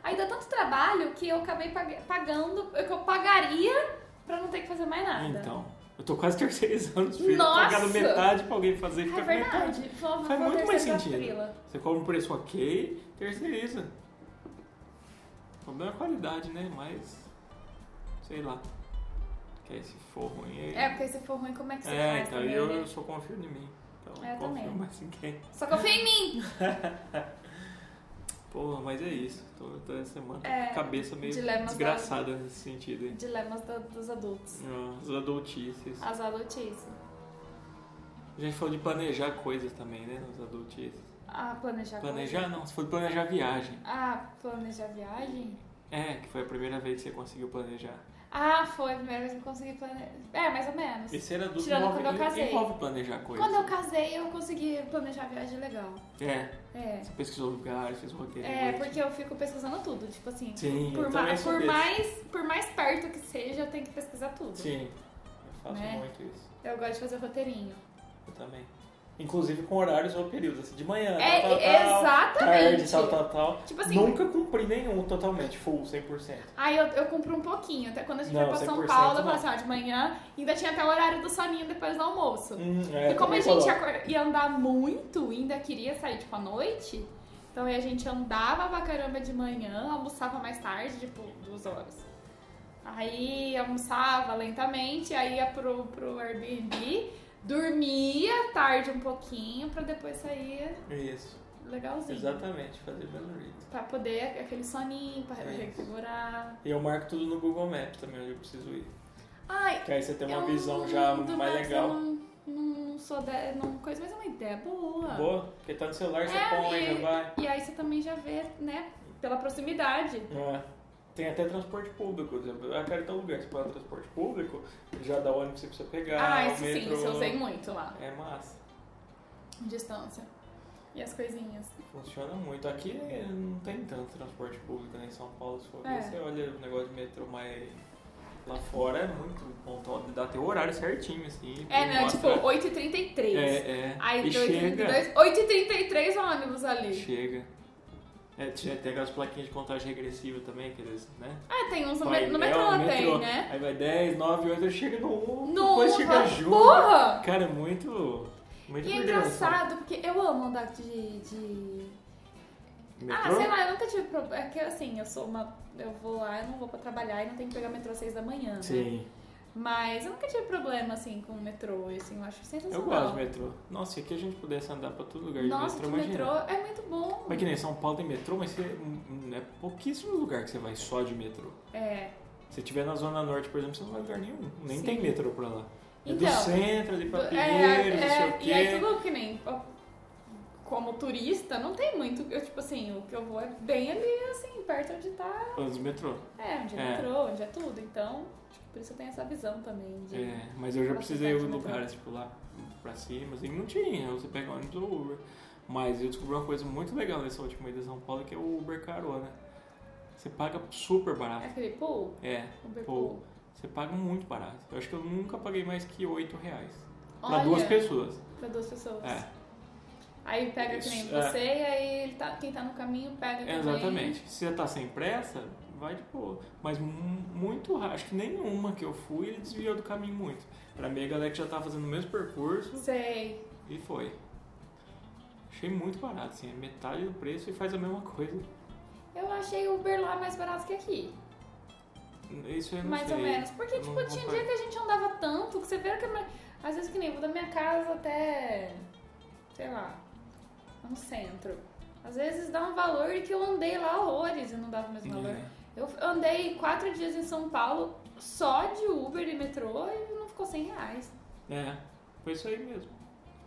Aí dá tanto trabalho que eu acabei pag- pagando. Que eu pagaria pra não ter que fazer mais nada.
Então, eu tô quase terceirizando os filhos.
Nossa!
Pagando metade pra alguém fazer e
é
fica com metade.
verdade. Vou,
Faz
vou
muito mais
terceirizar a
sentido.
Frila.
Você cobra um preço ok, terceiriza. O problema é a qualidade, né? Mas... Sei lá. Que aí se for ruim... aí-
É, porque se for ruim, como é que você
É,
faz?
então,
também,
eu,
né? É,
eu só confio em mim. Então,
Eu
confio
também.
mais em quem.
Só confia em mim!
Porra, mas é isso. Tô, tô essa semana com a
É,
cabeça meio
dilemas da-
desgraçada nesse sentido aí.
Dilemas da- dos adultos.
As adultices.
As adultices.
A gente falou de planejar coisas também, né? Nas adultices.
Ah, planejar coisa.
Planejar não, você foi planejar viagem.
Ah, planejar viagem?
É, que foi a primeira vez que você conseguiu planejar.
Ah, foi a primeira vez que eu consegui planejar. É, mais ou menos.
E ser adulto
Tirando
envolve,
quando eu casei.
envolve planejar coisas.
Quando eu casei, eu consegui planejar viagem legal.
É,
É.
você pesquisou lugares, fez um roteiro.
É,
direitinho.
porque eu fico pesquisando tudo, tipo assim.
Sim, eu
por, ma-
também sou
por
desse.
mais, por mais perto que seja, eu tenho que pesquisar tudo.
Sim, eu faço
Né?
muito isso.
Eu gosto de fazer roteirinho.
Eu também. Inclusive com horários ou períodos, assim, de manhã,
É,
tal, tal,
e-
tal,
exatamente.
tarde, tal, tal, tal.
Tipo assim-
Nunca cumpri nenhum totalmente, full, 100%.
Aí eu, eu compro um pouquinho. Até quando a gente
Não,
vai pra São
100%
Paulo, eu falo
não.
assim, ó, de manhã, ainda tinha até o horário do soninho depois do almoço.
Hum, é,
E como a
também
gente
coloco.
acor- ia andar muito, ainda queria sair tipo à noite, então aí a gente andava pra caramba de manhã, almoçava mais tarde, tipo duas horas. Aí almoçava lentamente, aí ia pro, pro Airbnb, dormia tarde um pouquinho pra depois sair
Isso,
legalzinho.
exatamente, fazer pelo jeito.
Pra poder aquele soninho, pra
É Isso.
recuperar.
E eu marco tudo no Google Maps também, onde eu preciso ir.
Ai,
Que aí você tem uma
eu
visão
não-
já
do
mais
Maps
legal.
Eu não, não sou de, não coisa, mas é uma ideia boa.
Boa, porque tá no celular, você
É,
põe, já
e,
vai.
e aí você também já vê, né, pela proximidade.
É. Tem até transporte público, por exemplo. Eu quero ir em tal lugar, você paga transporte público, já dá o ônibus que você precisa pegar. o
Ah, isso sim,
metrô.
isso eu usei muito lá.
É massa,
Distância. E as coisinhas.
funciona muito. Aqui eh, não tem tanto transporte público, né? Em São Paulo, se for ver,
É.
você olha o negócio de metrô mais lá fora, é muito bom. Então, Dá até o horário certinho, assim.
É, né, tipo,
mostra-
8h33.
É, é.
Aí
e chega,
8h32, 8h33 o ônibus ali.
chega. É, tinha- tem aquelas plaquinhas de contagem regressiva também, que eles, né?
Ah, tem uns no,
Vai
met- no
dez,
metrô,
no
tem,
metrô.
né?
Aí vai 10, 9, 8, chega no 1,
No
depois
um,
chega
fala,
junto.
"Porra!"
Cara, é muito. Muito
E é
doideira, sabe?
engraçado, porque eu amo andar de... de... Ah,
Metrô?
sei lá, eu nunca tive problema. É que assim, eu sou uma. Eu vou lá, eu não vou pra trabalhar e não tenho que pegar metrô às 6 da manhã, né?
Sim,
Mas eu nunca tive problema, assim, com o metrô, assim, eu acho sensacional.
eu gosto de metrô. Nossa, se aqui a gente pudesse andar pra todo lugar de
Nossa,
metrô,
que
imagina.
metrô é muito bom.
Mas que nem São Paulo tem metrô, mas você, hum, é pouquíssimo lugar que você vai só de metrô.
É.
Se tiver na Zona Norte, por exemplo, você não vai a lugar nenhum. Nem
Sim.
tem metrô pra lá. É do
Então,
centro, ali pra
É,
Pinheiros, não sei o
é,
quê.
e aí tudo que nem. ó, Como turista, não tem muito. Eu, tipo assim, o que eu vou é bem ali, assim, perto onde tá.
Antes do metrô.
É, onde é,
É.
metrô, onde é tudo. Então, acho que por isso eu tenho essa visão também de.
É, mas eu já
Pra
precisei de
cidade, né?
lugares, tipo, lá pra pra cima, assim, não tinha, você pega ônibus ou Uber. Mas eu descobri uma coisa muito legal nessa última ida de São Paulo, que é o Uber Carona. Você paga super
É
barato.
aquele pool?
É,
Uber
pô,
pool.
você paga muito barato. Eu acho que eu nunca paguei mais que 8 reais. Pra
Olha,
duas pessoas.
Pra duas pessoas.
É,
Aí pega que nem
Isso, é.
você, e aí ele tá, quem tá no caminho pega também.
exatamente. Se você tá sem pressa, vai de boa. Mas mu- muito raro, acho que nenhuma que eu fui, ele desviou do caminho muito. Pra mim, a galera que já tava fazendo o mesmo percurso,
Sei.
E foi. Achei muito barato, assim, é metade do preço e faz a mesma coisa.
Eu achei o Uber lá mais barato que aqui.
Isso eu não
mais
sei.
ou menos. Porque,
Eu
tipo,
não
tinha
comparo.
dia que a gente andava tanto que você vê que. a minha- Às vezes que nem eu vou da minha casa até. sei lá. no centro. Às vezes dá um valor que eu andei lá horrores e não dava o mesmo valor.
É.
Eu andei quatro dias em São Paulo só de Uber e metrô e não ficou 100 reais.
É, foi isso aí mesmo.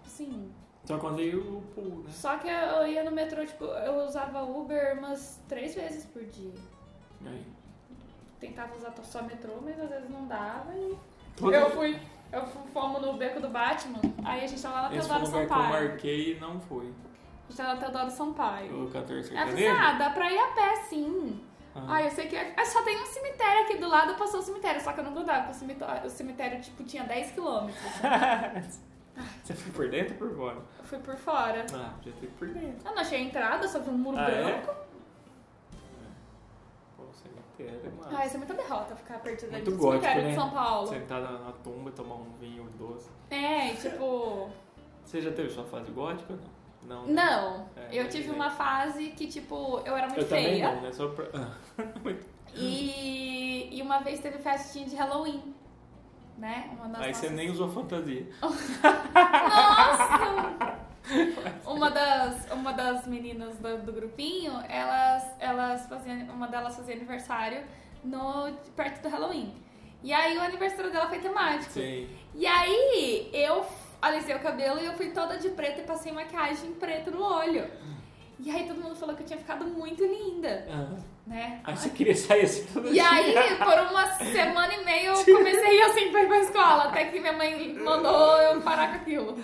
Sim.
Só quando veio o pool, né?
Só que eu ia no metrô, tipo, eu usava Uber umas três vezes por dia.
Aí.
Tentava usar só metrô, mas às vezes não dava e
Todo-
Eu fui, eu fu- fomos no beco do Batman, aí a gente tava lá na
Esse foi o
Teodoro
lugar que eu
Sampaio.
marquei e não foi.
A gente tava na Teodoro Sampaio.
O 14
Aí eu falei assim, ah,
sertanejo?
dá pra ir a pé sim.
Ah,
Ah, eu sei que é- ah, só tem um cemitério aqui do lado, passou o cemitério, só que eu não grudava, porque o cemitério, o cemitério tipo, tinha 10 quilômetros.
Você foi por dentro ou por fora?
Eu fui por fora.
Ah, podia ter ido por dentro.
Eu não achei a entrada, só vi um muro
Ah, é?
branco.
Pô, o cemitério é massa.
Ah, isso é muita derrota, ficar perdido ali
Muito
no
gótico,
cemitério
né?
de São Paulo.
Sentar na, na tumba e tomar um vinho doce.
É, e, tipo...
Você já teve sua fase gótica ou não? Não. né?
Não,
É,
eu
mas
tive
é.
uma fase que, tipo, eu era muito
Eu também
feia.
não, né? Só pra... Muito
E, e uma vez teve festinha de Halloween, né? Uma das
Aí você
nossas-
nem usou fantasia.
Nossa! uma, das, uma das meninas do, do grupinho, elas, elas faziam, uma delas fazia aniversário no, perto do Halloween. E aí o aniversário dela foi temático.
Sim.
E aí eu alisei o cabelo e eu fui toda de preto e passei maquiagem preta no olho. E aí todo mundo falou que eu tinha ficado muito linda, né?
Ah, Aí você queria sair assim todo
E
dia.
aí, por uma semana e meia, eu comecei a ir assim pra ir pra escola, até que minha mãe mandou eu parar com aquilo.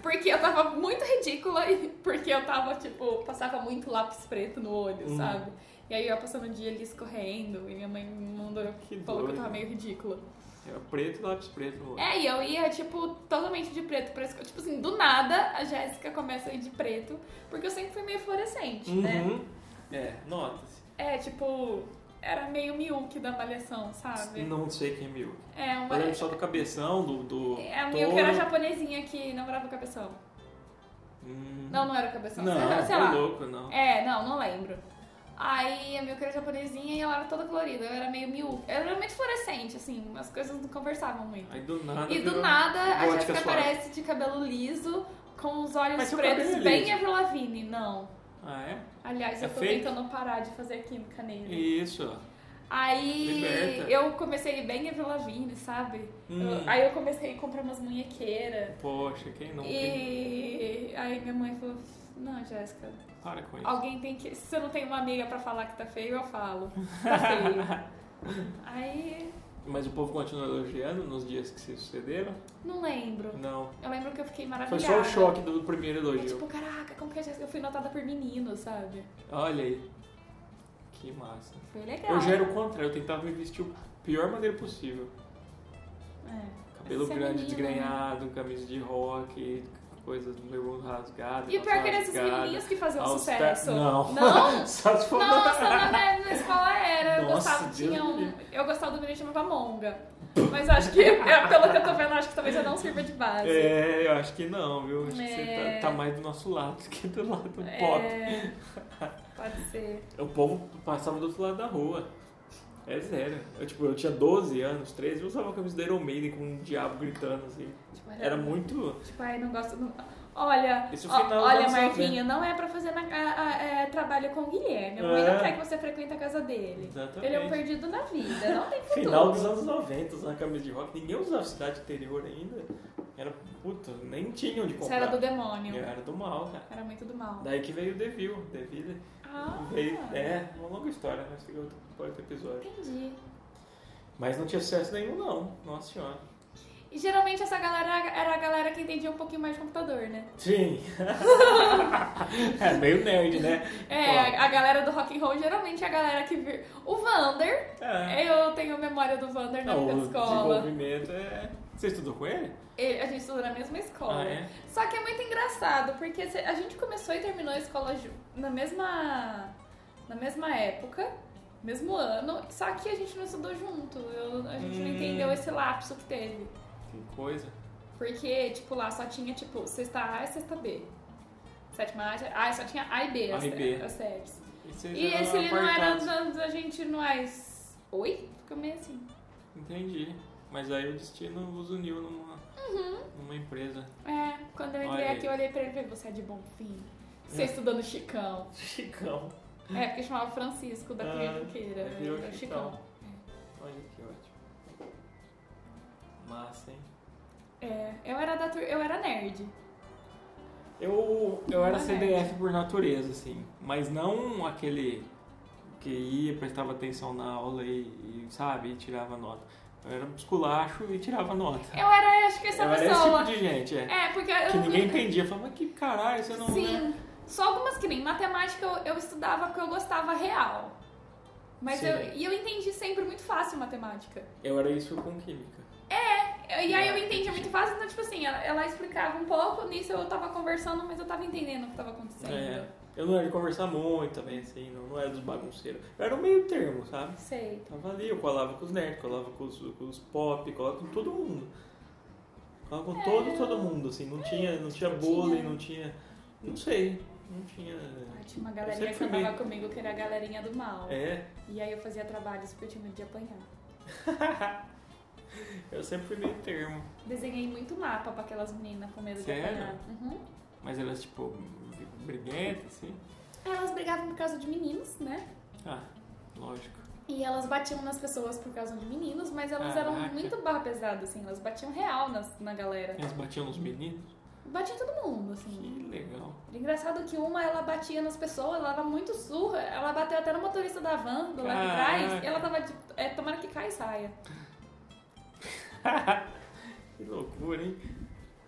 Porque eu tava muito ridícula e porque eu tava, tipo, passava muito lápis preto no olho,
Hum.
sabe? E aí eu ia passando o dia ali escorrendo e minha mãe me mandou,
Que
falou que eu
doido.
tava meio ridícula.
Era É preto e lápis preto. no olho.
É, e eu ia, tipo, totalmente de preto pra escola. Tipo assim, do nada a Jéssica começa a ir de preto, porque eu sempre fui meio fluorescente, né?
Uhum. É, nota-se.
É, tipo, era meio Miyuki da Malhação, sabe?
Não sei quem é Milk.
É, uma...
Eu lembro só do cabeção, do. do
É a minha
touro.
que era japonesinha que namorava o cabeção.
Hum.
Não, não era o cabeção.
Não,
sei,
tô
lá.
louco, não.
É, não, não lembro. Aí a minha que era japonesinha e ela era toda colorida. Eu era meio miú. Eu era muito fluorescente, assim, as coisas não conversavam muito.
Aí do nada.
E do
virou-
nada a
gótica
Jéssica
suave.
aparece de cabelo liso, com os olhos
Mas seu
pretos,
cabelo é
bem
liso.
Avril Lavigne. Não.
Ah, é?
Aliás,
É
eu tô
fake?
tentando parar de fazer química nele.
Isso.
Aí
Liberta.
eu comecei bem Avril Lavigne, sabe?
Hum.
Eu- aí eu comecei a comprar umas munhequeiras.
Poxa, quem não?
E aí minha mãe falou, não, Jéssica,
Para com isso.
alguém tem que. Se eu não tenho uma amiga pra falar que tá feio, eu falo. Tá feio. aí.
Mas o povo continua elogiando nos dias que se sucederam?
Não lembro.
Não.
Eu lembro que eu fiquei
Foi
maravilhada.
só o choque do primeiro
Eu,
elogio.
tipo, caraca, como que a Jéssica? Eu fui notada por menino, sabe?
Olha aí. Que massa.
Foi legal.
Eu já era o contrário, eu tentava me vestir o pior maneira possível.
É.
Cabelo
Você é
grande,
menino,
desgrenhado, camisa de rock, coisas do meu rasgada.
E o pior é que eram esses
rasgada,
menininhos que faziam
all star-
um sucesso.
Não.
Não?
Só se for
Nossa, é na minha na escola era. Eu
Nossa,
gostava,
Deus
tinha
me
um.
livre.
Eu gostava do menino que chamava Monga. Mas eu acho que, eu- pelo que eu tô vendo, eu acho que talvez eu não sirva de base.
É, eu acho que não, viu? Acho que
assim. É.
você tá, tá mais do nosso lado que do lado do
É, Pode ser.
pop. É O povo passava do outro lado da rua. É sério. Eu, tipo, eu tinha 12 anos, 13, eu usava a camisa da Iron Maiden com um diabo gritando assim.
Tipo,
Era muito.
Tipo, ai, não gosto. Não... Olha,
Esse
ó,
final
olha,
dos anos
Marquinho, não é pra fazer na, a- a- é, trabalho com o Guilherme. A mãe
É.
não quer que você frequente a casa dele.
Exatamente.
Ele é um perdido na vida, não tem futuro.
Final dos anos 90, usar camisa de rock. Ninguém usava cidade interior ainda. Era, puta, nem tinha onde
Você
comprar.
era do demônio.
Eu era do mal, cara.
Era muito do mal.
Daí que veio o Devil. Devil
Ah,
veio... É, uma longa história, mas fica outro, pra outro episódio.
entendi.
Mas não tinha sucesso nenhum, não. Nossa senhora.
E geralmente essa galera era a galera que entendia um pouquinho mais de computador, né?
Sim. é meio nerd, né?
É, a galera do rock and roll geralmente é a galera que vê. O Vander,
Pô, é.
eu tenho memória do Vander na
Não,
minha
o
escola.
desenvolvimento é... Você estudou com ele?
Ele- a gente estudou na mesma escola.
Ah, é?
Só que é muito engraçado, porque se- a gente começou e terminou a escola ju- na mesma, na mesma época, mesmo ano, só que a gente não estudou junto. Eu- a gente não
Hum.
entendeu esse lapso que teve.
Que coisa.
Porque, tipo, lá só tinha, tipo, sexta A e sexta B. Sétima A, ah, só tinha A e B,
A
as,
e B.
as séries.
Esse
E
já
esse ele não era
apartado.
dos anos, a gente não é. Oi? Fica meio assim.
Entendi. Mas aí o destino os uniu numa,
Uhum.
numa empresa.
É, quando eu entrei
Olha aí.
aqui, eu olhei pra ele e falei, você é de bom fim. Você
É.
estudou no Chicão.
Chicão.
É, porque chamava Francisco da
Ah,
Crioqueira.
é, virou
né? Era
Chicão. Olha que ótimo. Massa, hein?
É, eu era da tur... eu era nerd.
Eu, eu era
Ah,
CDF por natureza, assim. Mas não aquele que ia, prestava atenção na aula e, e, sabe, e tirava nota. Eu era esculacho e tirava nota.
Eu era, acho que essa
Tá. Eu era esse
pessoa.
tipo de gente, é.
É, porque eu
Que ninguém entendia. Falava, mas que caralho, você não... né?"
Sim. Só algumas que nem matemática eu, eu estudava porque eu gostava real. Mas
Sim.
eu, e eu entendi sempre muito fácil matemática.
Eu era isso com química.
Eu-
Ah,
E aí eu entendi muito fácil, então, tipo assim, ela, ela explicava um pouco, nisso eu tava conversando, mas eu tava entendendo o que tava acontecendo.
É, eu não era de conversar muito também, assim, não, não era dos bagunceiros. Eu era o meio termo, sabe?
Sei.
Tava ali, eu colava com os nerds, colava com os, com os pop, colava com todo mundo. Colava com todo, todo mundo, assim, não tinha, não tinha
É. Não
bullying,
tinha.
não tinha. Não sei, não tinha.
Ah, Tinha uma
Eu
galerinha
sempre
que
fui
trabalhava comigo que era a galerinha do mal.
É,
E aí eu fazia trabalhos porque eu tinha medo de apanhar.
eu sempre fui meio termo.
Desenhei muito mapa pra aquelas meninas com medo
Sério?
de apanhar. Uhum.
Mas elas, tipo, briguentas, assim.
Elas brigavam por causa de meninos, né?
Ah, lógico.
E elas batiam nas pessoas por causa de meninos, mas elas
Caraca. É.
eram muito barra pesada, assim, elas batiam real nas, na galera.
Elas batiam nos meninos.
Batiam em todo mundo, assim.
Que legal.
Engraçado que uma, ela batia nas pessoas, ela dava muito surra, ela bateu até no motorista da van, do lado de trás,
Caraca.
e ela tava de, é, tomara que caia e saia.
que loucura, hein?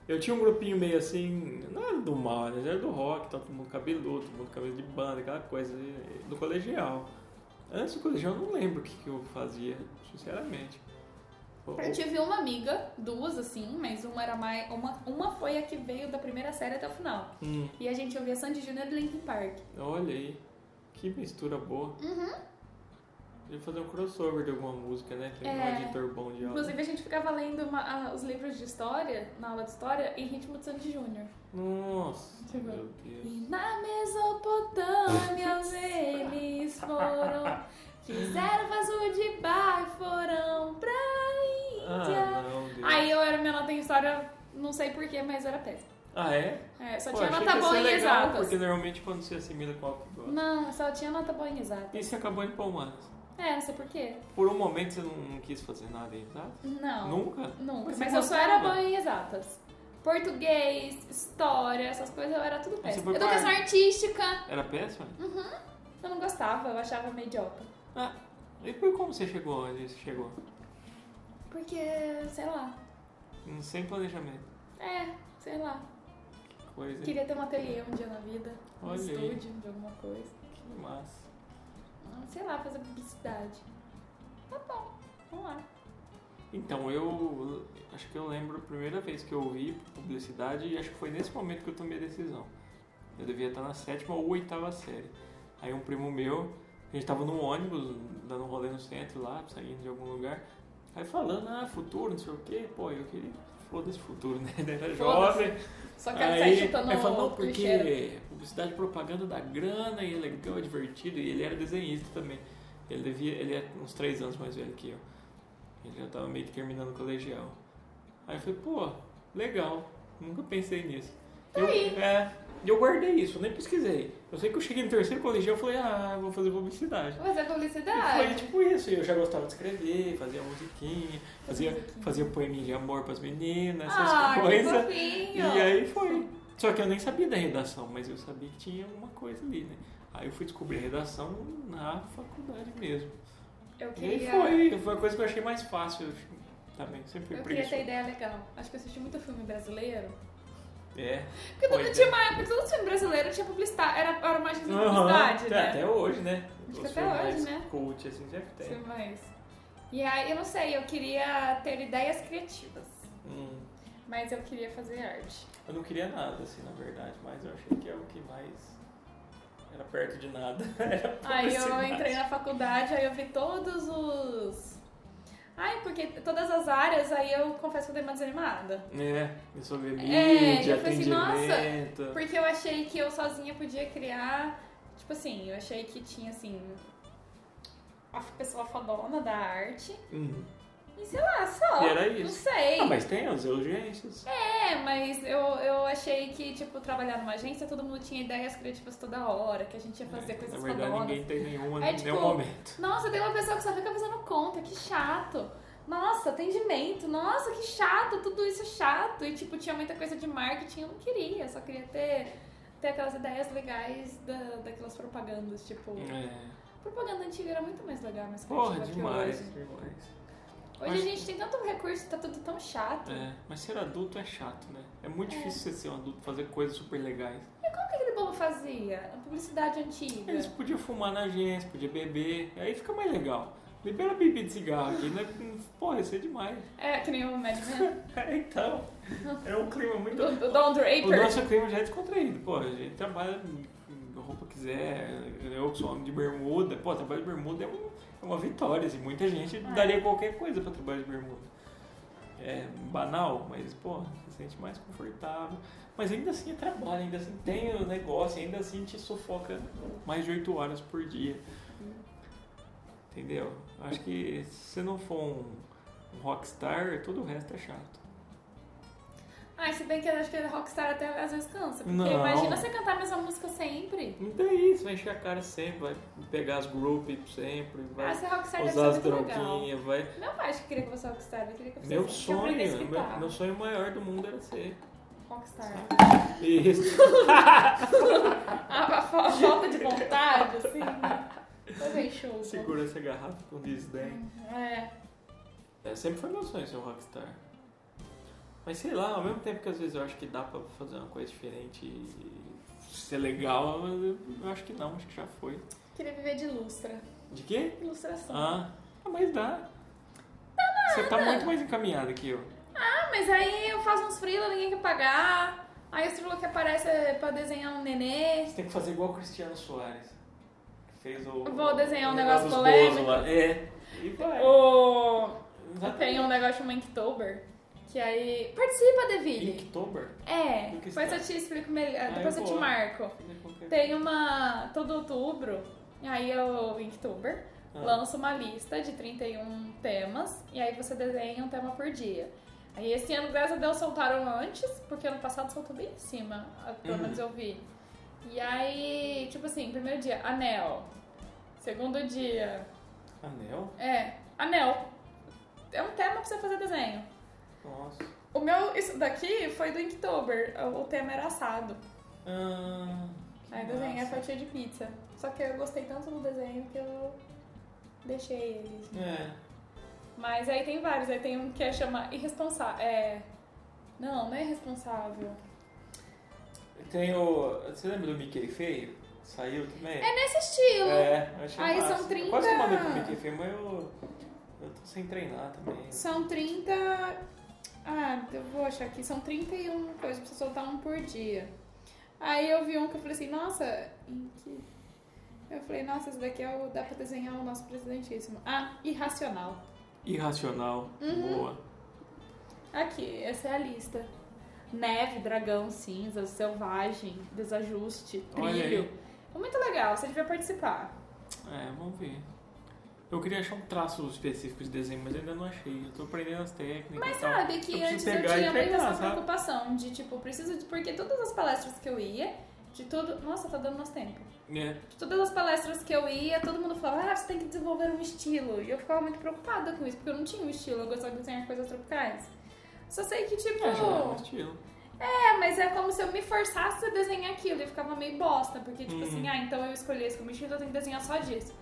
Eu tinha um grupinho meio assim, não era do mal, né? Era do rock, tava todo mundo cabeludo, todo mundo cabelo de banda, aquela coisa e- do colegial. Antes do colegial eu não lembro o que, que eu fazia, sinceramente. O- o-
Eu tive uma amiga, duas assim, mas uma era mais. Uma, uma foi a que veio da primeira série até o final.
Hum,
E a gente ouvia Sandy Junior e Linkin Park.
olha aí, que mistura boa.
Uhum.
Podia fazer um crossover de alguma música, né? Tem um
É.
editor bom de aula.
Inclusive, a gente ficava lendo uma- a- os livros de história, na aula de história, em ritmo de Sandy Júnior.
Nossa,
Chegou.
meu Deus.
E na Mesopotâmia eles foram, fizeram vaso de bar, foram pra
Ah,
Índia.
não, Deus.
Aí eu era minha nota em história, não sei porquê, mas era péssima.
Ah, é?
É, só
Pô,
tinha
achei
nota
que ia ser
boa em
legal,
exatas.
Porque normalmente quando se assimila com algo que gosta.
Não, só tinha nota boa em exatas.
E você acabou em Palmares.
É, não sei porquê.
Por um momento você não, não quis fazer nada em exato?
Não.
Nunca?
Nunca.
Mas
Mas,
você
eu só era
gostava?
boa em exatas. Português, história, essas coisas, eu era tudo
Mas você
péssima.
foi pra
Educação
arte.
artística,
Era péssima?
eu não gostava, eu achava meio idiota.
Ah, e por como você chegou onde você chegou?
Porque, sei lá.
Hum, Sem planejamento.
É, sei lá.
Que Coisa. hein?
Queria ter um ateliê um dia na vida. Um
Olha aí.
estúdio de alguma coisa.
Que massa.
Ah, Sei lá, fazer publicidade. Tá bom, vamos lá.
Então, eu acho que eu lembro a primeira vez que eu ouvi publicidade e acho que foi nesse momento que eu tomei a decisão. Eu devia estar na sétima ou oitava série. Aí um primo meu, a gente tava num ônibus, dando um rolê no centro lá, saindo de algum lugar. Aí falando, ah, futuro, não sei o quê. Pô, eu queria... Foda-se futuro, né? Eu Era jovem,
Só quero sair
Aí,
chutando né?"
aí fala, não, porque
lixeira.
publicidade e propaganda dá grana e é legal, é divertido. E ele era desenhista também. Ele devia, ele é uns três anos mais velho que eu. Ele já tava meio que terminando o colegial. Aí eu falei, pô, legal. Nunca pensei nisso.
Tá
eu,
aí.
É, e eu guardei isso, eu nem pesquisei. Eu sei que eu cheguei no terceiro colegial e falei, ah, vou fazer publicidade.
Vou fazer
E foi
é publicidade.
tipo isso, e eu já gostava de escrever, fazia musiquinha, fazia,
musiquinha.
fazia poeminha de amor pras meninas, essas
ah, que
coisas. E
fofinho.
aí foi. Só que eu nem sabia da redação, mas eu sabia que tinha alguma coisa ali, né? Aí eu fui descobrir a redação na faculdade mesmo.
Eu
E aí
queria...
foi, foi a coisa que eu achei mais fácil. Eu Também, sempre fui
Eu queria ter
preguiçoso.
ideia legal. Acho que eu assisti muito filme brasileiro.
É.
Porque também
Pois
tinha
é.
uma época que todo filme brasileiro tinha publicidade. Era, era mais de
Aham, É,
publicidade,
até,
É né?
até hoje, né?
Acho
Os
que até
filmes
hoje,
mais
né?
Cult, assim, sempre tem.
Sim, mas... E aí, eu não sei, eu queria ter ideias criativas.
Hum,
Mas eu queria fazer arte.
eu não queria nada, assim, na verdade, mas eu achei que é o que mais era perto de nada. Era
Aí eu
publicidade.
entrei na faculdade, aí eu vi todos os... Ai, porque todas as áreas, aí eu confesso que eu dei uma desanimada.
É, isso sobre
É,
mídia,
eu falei assim, nossa,
atendimento.
Porque eu achei que eu sozinha podia criar... Tipo assim, eu achei que tinha, assim... A pessoa fodona da arte.
Hum.
E sei lá, só.
E era
Não
isso.
sei.
Ah, mas tem as urgências.
É, mas eu, eu achei que, tipo, trabalhar numa agência, todo mundo tinha ideias criativas toda hora, que a gente ia fazer
É, Na
coisas
verdade,
fodonas.
ninguém tem nenhuma
É,
em
tipo,
nenhum momento.
Nossa, tem uma pessoa que só fica fazendo conta, que chato. Nossa, atendimento, nossa, que chato, tudo isso é chato. E, tipo, tinha muita coisa de marketing, eu não queria, só queria ter, ter aquelas ideias legais da, daquelas propagandas, tipo...
É.
Propaganda antiga era muito mais legal, mais
Porra,
criativa
demais,
que hoje.
demais.
Hoje
Mas-
a gente tem tanto recurso, tá tudo tão chato.
É, mas ser adulto é chato, né? É muito
É.
difícil você ser um adulto, fazer coisas super legais.
E como que aquele povo fazia? A publicidade antiga.
Eles podiam fumar na agência, podiam beber, aí fica mais legal. Libera bebida de cigarro aqui, né? Porra, isso é demais.
É, que nem o Mad Men.
É, então, é um clima muito...
do, do Don
O
Draper.
nosso clima já é descontraído, pô. A gente trabalha com roupa que quiser, eu que sou homem de bermuda. Pô, trabalho de bermuda é, um- é uma vitória, assim. Muita gente daria qualquer coisa pra trabalhar de bermuda. É banal, mas, pô, se sente mais confortável. Mas ainda assim é trabalho, ainda assim tem o negócio, ainda assim te sufoca mais de 8 horas por dia. Entendeu? Acho que se você não for um, um rockstar, todo o resto é chato.
Ah, se bem que eu acho que rockstar até às vezes cansa. Porque
Não.
imagina você cantar a mesma música sempre.
Não tem Então é isso, vai encher a cara sempre, vai pegar as groupies sempre, vai
Ah, ser rockstar deve
usar as
ser muito legal.
droguinhas, vai.
Meu pai acho que queria que você rockstar, ele queria que você tá tipo,
Meu
que
sonho,
aprendesse
meu,
guitarra.
meu sonho maior do mundo era ser.
Rockstar.
Isso.
Ah, a, fa- a falta de vontade, assim. né? Fazer show.
Segura essa garrafa com desdém.
É.
É, sempre foi meu sonho ser um rockstar. Mas sei lá, ao mesmo tempo que às vezes eu acho que dá pra fazer uma coisa diferente e ser legal, mas eu- eu acho que não, acho que já foi.
Queria viver de ilustra.
De quê?
Ilustração.
Ah, ah, mas dá. Você tá muito mais encaminhada que eu.
Ah, mas aí eu faço uns freela, ninguém quer pagar. Aí o estrela que aparece é pra desenhar um nenê.
Você tem que fazer igual o Cristiano Soares. que Fez o.
Vou desenhar um
o
negócio
dos
polêmico.
bozo lá. É. E vai.
O... Tem
Exatamente.
um negócio chamado Inktober, que aí... Participa, Deville!
Inktober.
É,
Do que
depois
está?
eu te explico melhor, depois
Ah, eu
eu te
vou.
marco. Tem uma... todo outubro, e aí é o Inktober,
Ah.
lança uma lista de 31 temas, e aí você desenha um tema por dia. Aí esse ano, graças a Deus, soltaram antes, porque ano passado soltou bem em cima, pelo
Uhum.
menos eu vi. E aí, tipo assim, primeiro dia, anel. Segundo dia,
Anel?
é, anel. É um tema pra você fazer desenho.
Nossa.
O meu, isso daqui foi do Inktober. O tema era assado.
Ah, que
Aí eu desenhei a
massa.
fatia de pizza. Só que eu gostei tanto do desenho que eu deixei eles.
É.
Mas aí tem vários. Aí tem um que é chama irresponsável. É. Não, não é irresponsável.
Tem o. Você lembra do Mickey Feio? Saiu também?
É nesse estilo.
É, eu achei
Aí
massa.
são 30.
Eu quase que mandei pro Mickey Feio, mas eu. Eu tô sem treinar também.
São 30. Ah, eu vou achar aqui. São 31 coisas pra você soltar um por dia. Aí eu vi um que eu falei assim, nossa, em que. Eu falei, nossa, esse daqui é o... dá pra desenhar o nosso presidentíssimo. Ah, irracional.
Irracional.
Uhum.
Boa.
Aqui, essa é a lista. Neve, dragão, cinza, selvagem, desajuste,
Olha
trilho. É muito legal, você devia participar.
É, vamos ver. Eu queria achar um traço específico de desenho, mas ainda não achei. Eu tô aprendendo as técnicas.
Mas
e tal.
sabe que
preciso
antes eu
pegar e
tinha muito
pegar,
essa
sabe?
preocupação de tipo, preciso de. Porque todas as palestras que eu ia, de tudo. Nossa, tá dando nosso tempo.
É.
De todas as palestras que eu ia, todo mundo falava, ah, você tem que desenvolver um estilo. E eu ficava muito preocupada com isso, porque eu não tinha um estilo, eu gostava de desenhar coisas tropicais. Só sei que, tipo.
É, já é um estilo.
É, mas é como se eu me forçasse a desenhar aquilo e ficava meio bosta, porque, tipo
Uhum.
assim, ah, então eu escolhi esse como estilo, eu tenho que desenhar só disso.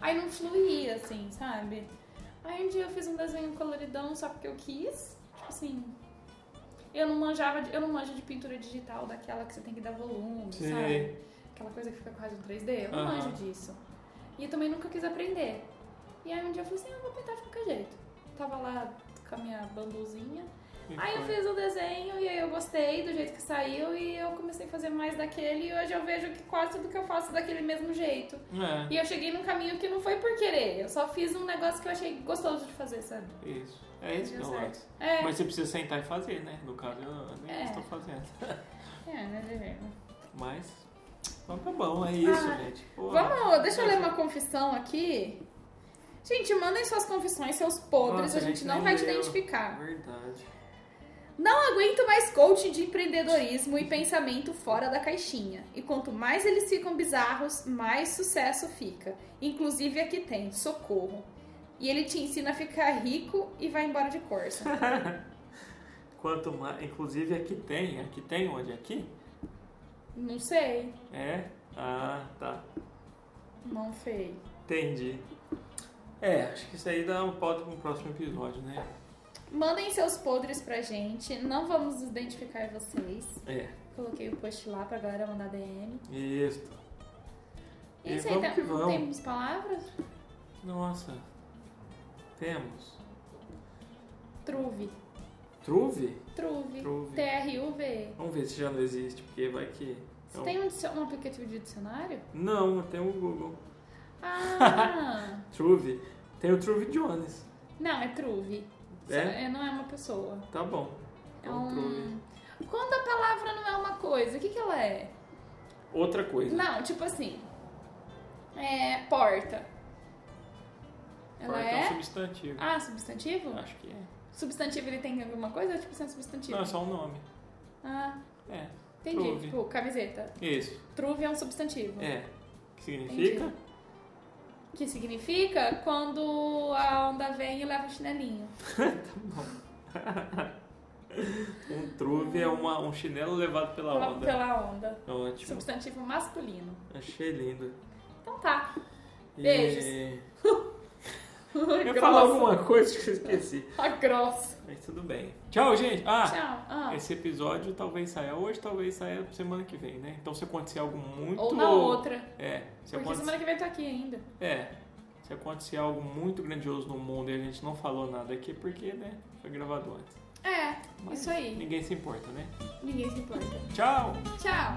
Aí não fluía, assim, sabe? Aí um dia eu fiz um desenho coloridão só porque eu quis. Tipo assim. Eu não manjava, de- eu não manjo de pintura digital daquela que você tem que dar volume, sabe?
Sim.
aquela coisa que fica quase um 3D, eu não
Aham.
manjo disso. E eu também nunca quis aprender. E aí um dia eu falei assim, eu vou pintar de qualquer jeito. Tava lá com a minha bambuzinha.
E
Aí eu
foi.
fiz o desenho e aí eu gostei do jeito que saiu e eu comecei a fazer mais daquele e hoje eu vejo que quase tudo que eu faço é daquele mesmo jeito.
É,
E eu cheguei num caminho que não foi por querer, eu só fiz um negócio que eu achei gostoso de fazer, sabe?
isso. É isso que
Deu
eu
certo.
gosto.
É,
Mas você precisa sentar e fazer, né? No caso, eu nem
É.
estou fazendo.
é né,
Mas, então tá bom, é isso,
Ah,
gente. Pô,
Vamos, deixa eu ler uma confissão aqui. Gente, mandem suas confissões, seus podres,
Nossa,
a gente,
gente,
não
nem
vai te
leu.
identificar.
Verdade.
Não aguento mais coach de empreendedorismo e pensamento fora da caixinha. E quanto mais eles ficam bizarros, mais sucesso fica. Inclusive aqui tem, socorro. E ele te ensina a ficar rico e vai embora de Corsa.
Quanto mais. Inclusive aqui tem, aqui tem onde? Aqui?
Não sei,
É? Ah, tá.
não sei.
Entendi. É, acho que isso aí dá um pauta para um próximo episódio, né?
Mandem seus podres pra gente, não vamos identificar vocês.
É,
Coloquei o post lá pra galera mandar DM.
isso.
E
E
isso aí,
vamos
tá,
que vamos.
temos palavras?
Nossa. Temos.
Truve.
Truve?
Truve.
Truve.
T-R-U-V.
Vamos ver se já não existe, porque vai que.
Você
Não.
tem um, dicio- um aplicativo de dicionário?
Não, tem o Google.
Ah!
Truve. Tem o Truve Jones.
não, é truve. Só-
É?
é, Não é uma pessoa.
Tá bom.
É
Então,
um...
Truve.
Quando a palavra não é uma coisa, o que, que ela é?
Outra coisa.
Não, tipo assim. É porta. Ela
Porta é um
é?
substantivo.
Ah, tipo substantivo?
Acho que é.
Substantivo ele tem alguma coisa? Tipo, isso é um substantivo.
Não, é só um nome.
Ah,
É.
entendi.
Truve.
Tipo, camiseta.
Isso.
Truve é um substantivo.
É. O que significa?
Que significa quando a onda vem e leva o chinelinho.
Um truve é uma, um chinelo levado pela
Pela-
onda. É Tipo.
Pela onda.
Ótimo.
Substantivo masculino.
Achei lindo.
Então tá.
E-
Beijos.
Eu ia
Grossa.
falar alguma coisa que eu esqueci.
A Tá grossa.
Mas tudo bem. Tchau, gente. Ah,
Tchau. Ah,
esse episódio talvez saia hoje, talvez saia semana que vem, né? Então se acontecer algo muito.
Ou na outra.
É. Se
Porque
acontecer...
semana que vem eu tô aqui ainda.
É. Se acontecer algo muito grandioso no mundo e a gente não falou nada aqui, é porque, né? Foi gravado antes.
É,
Mas
isso aí.
Ninguém se importa, né?
Ninguém se importa.
Tchau!
Tchau.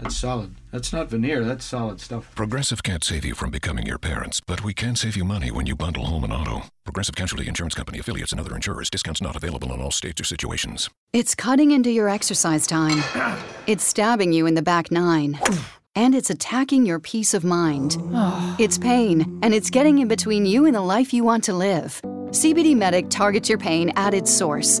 That's solid. That's not veneer, that's solid stuff.
Progressive can't save you from becoming your parents, but we can save you money when you bundle home and auto. Progressive Casualty Insurance Company affiliates and other insurers. Discounts not available in all states or situations.
It's cutting into your exercise time. It's stabbing you in the back nine. And it's attacking your peace of mind. It's pain, and it's getting in between you and the life you want to live. CBD Medic targets your pain at its source.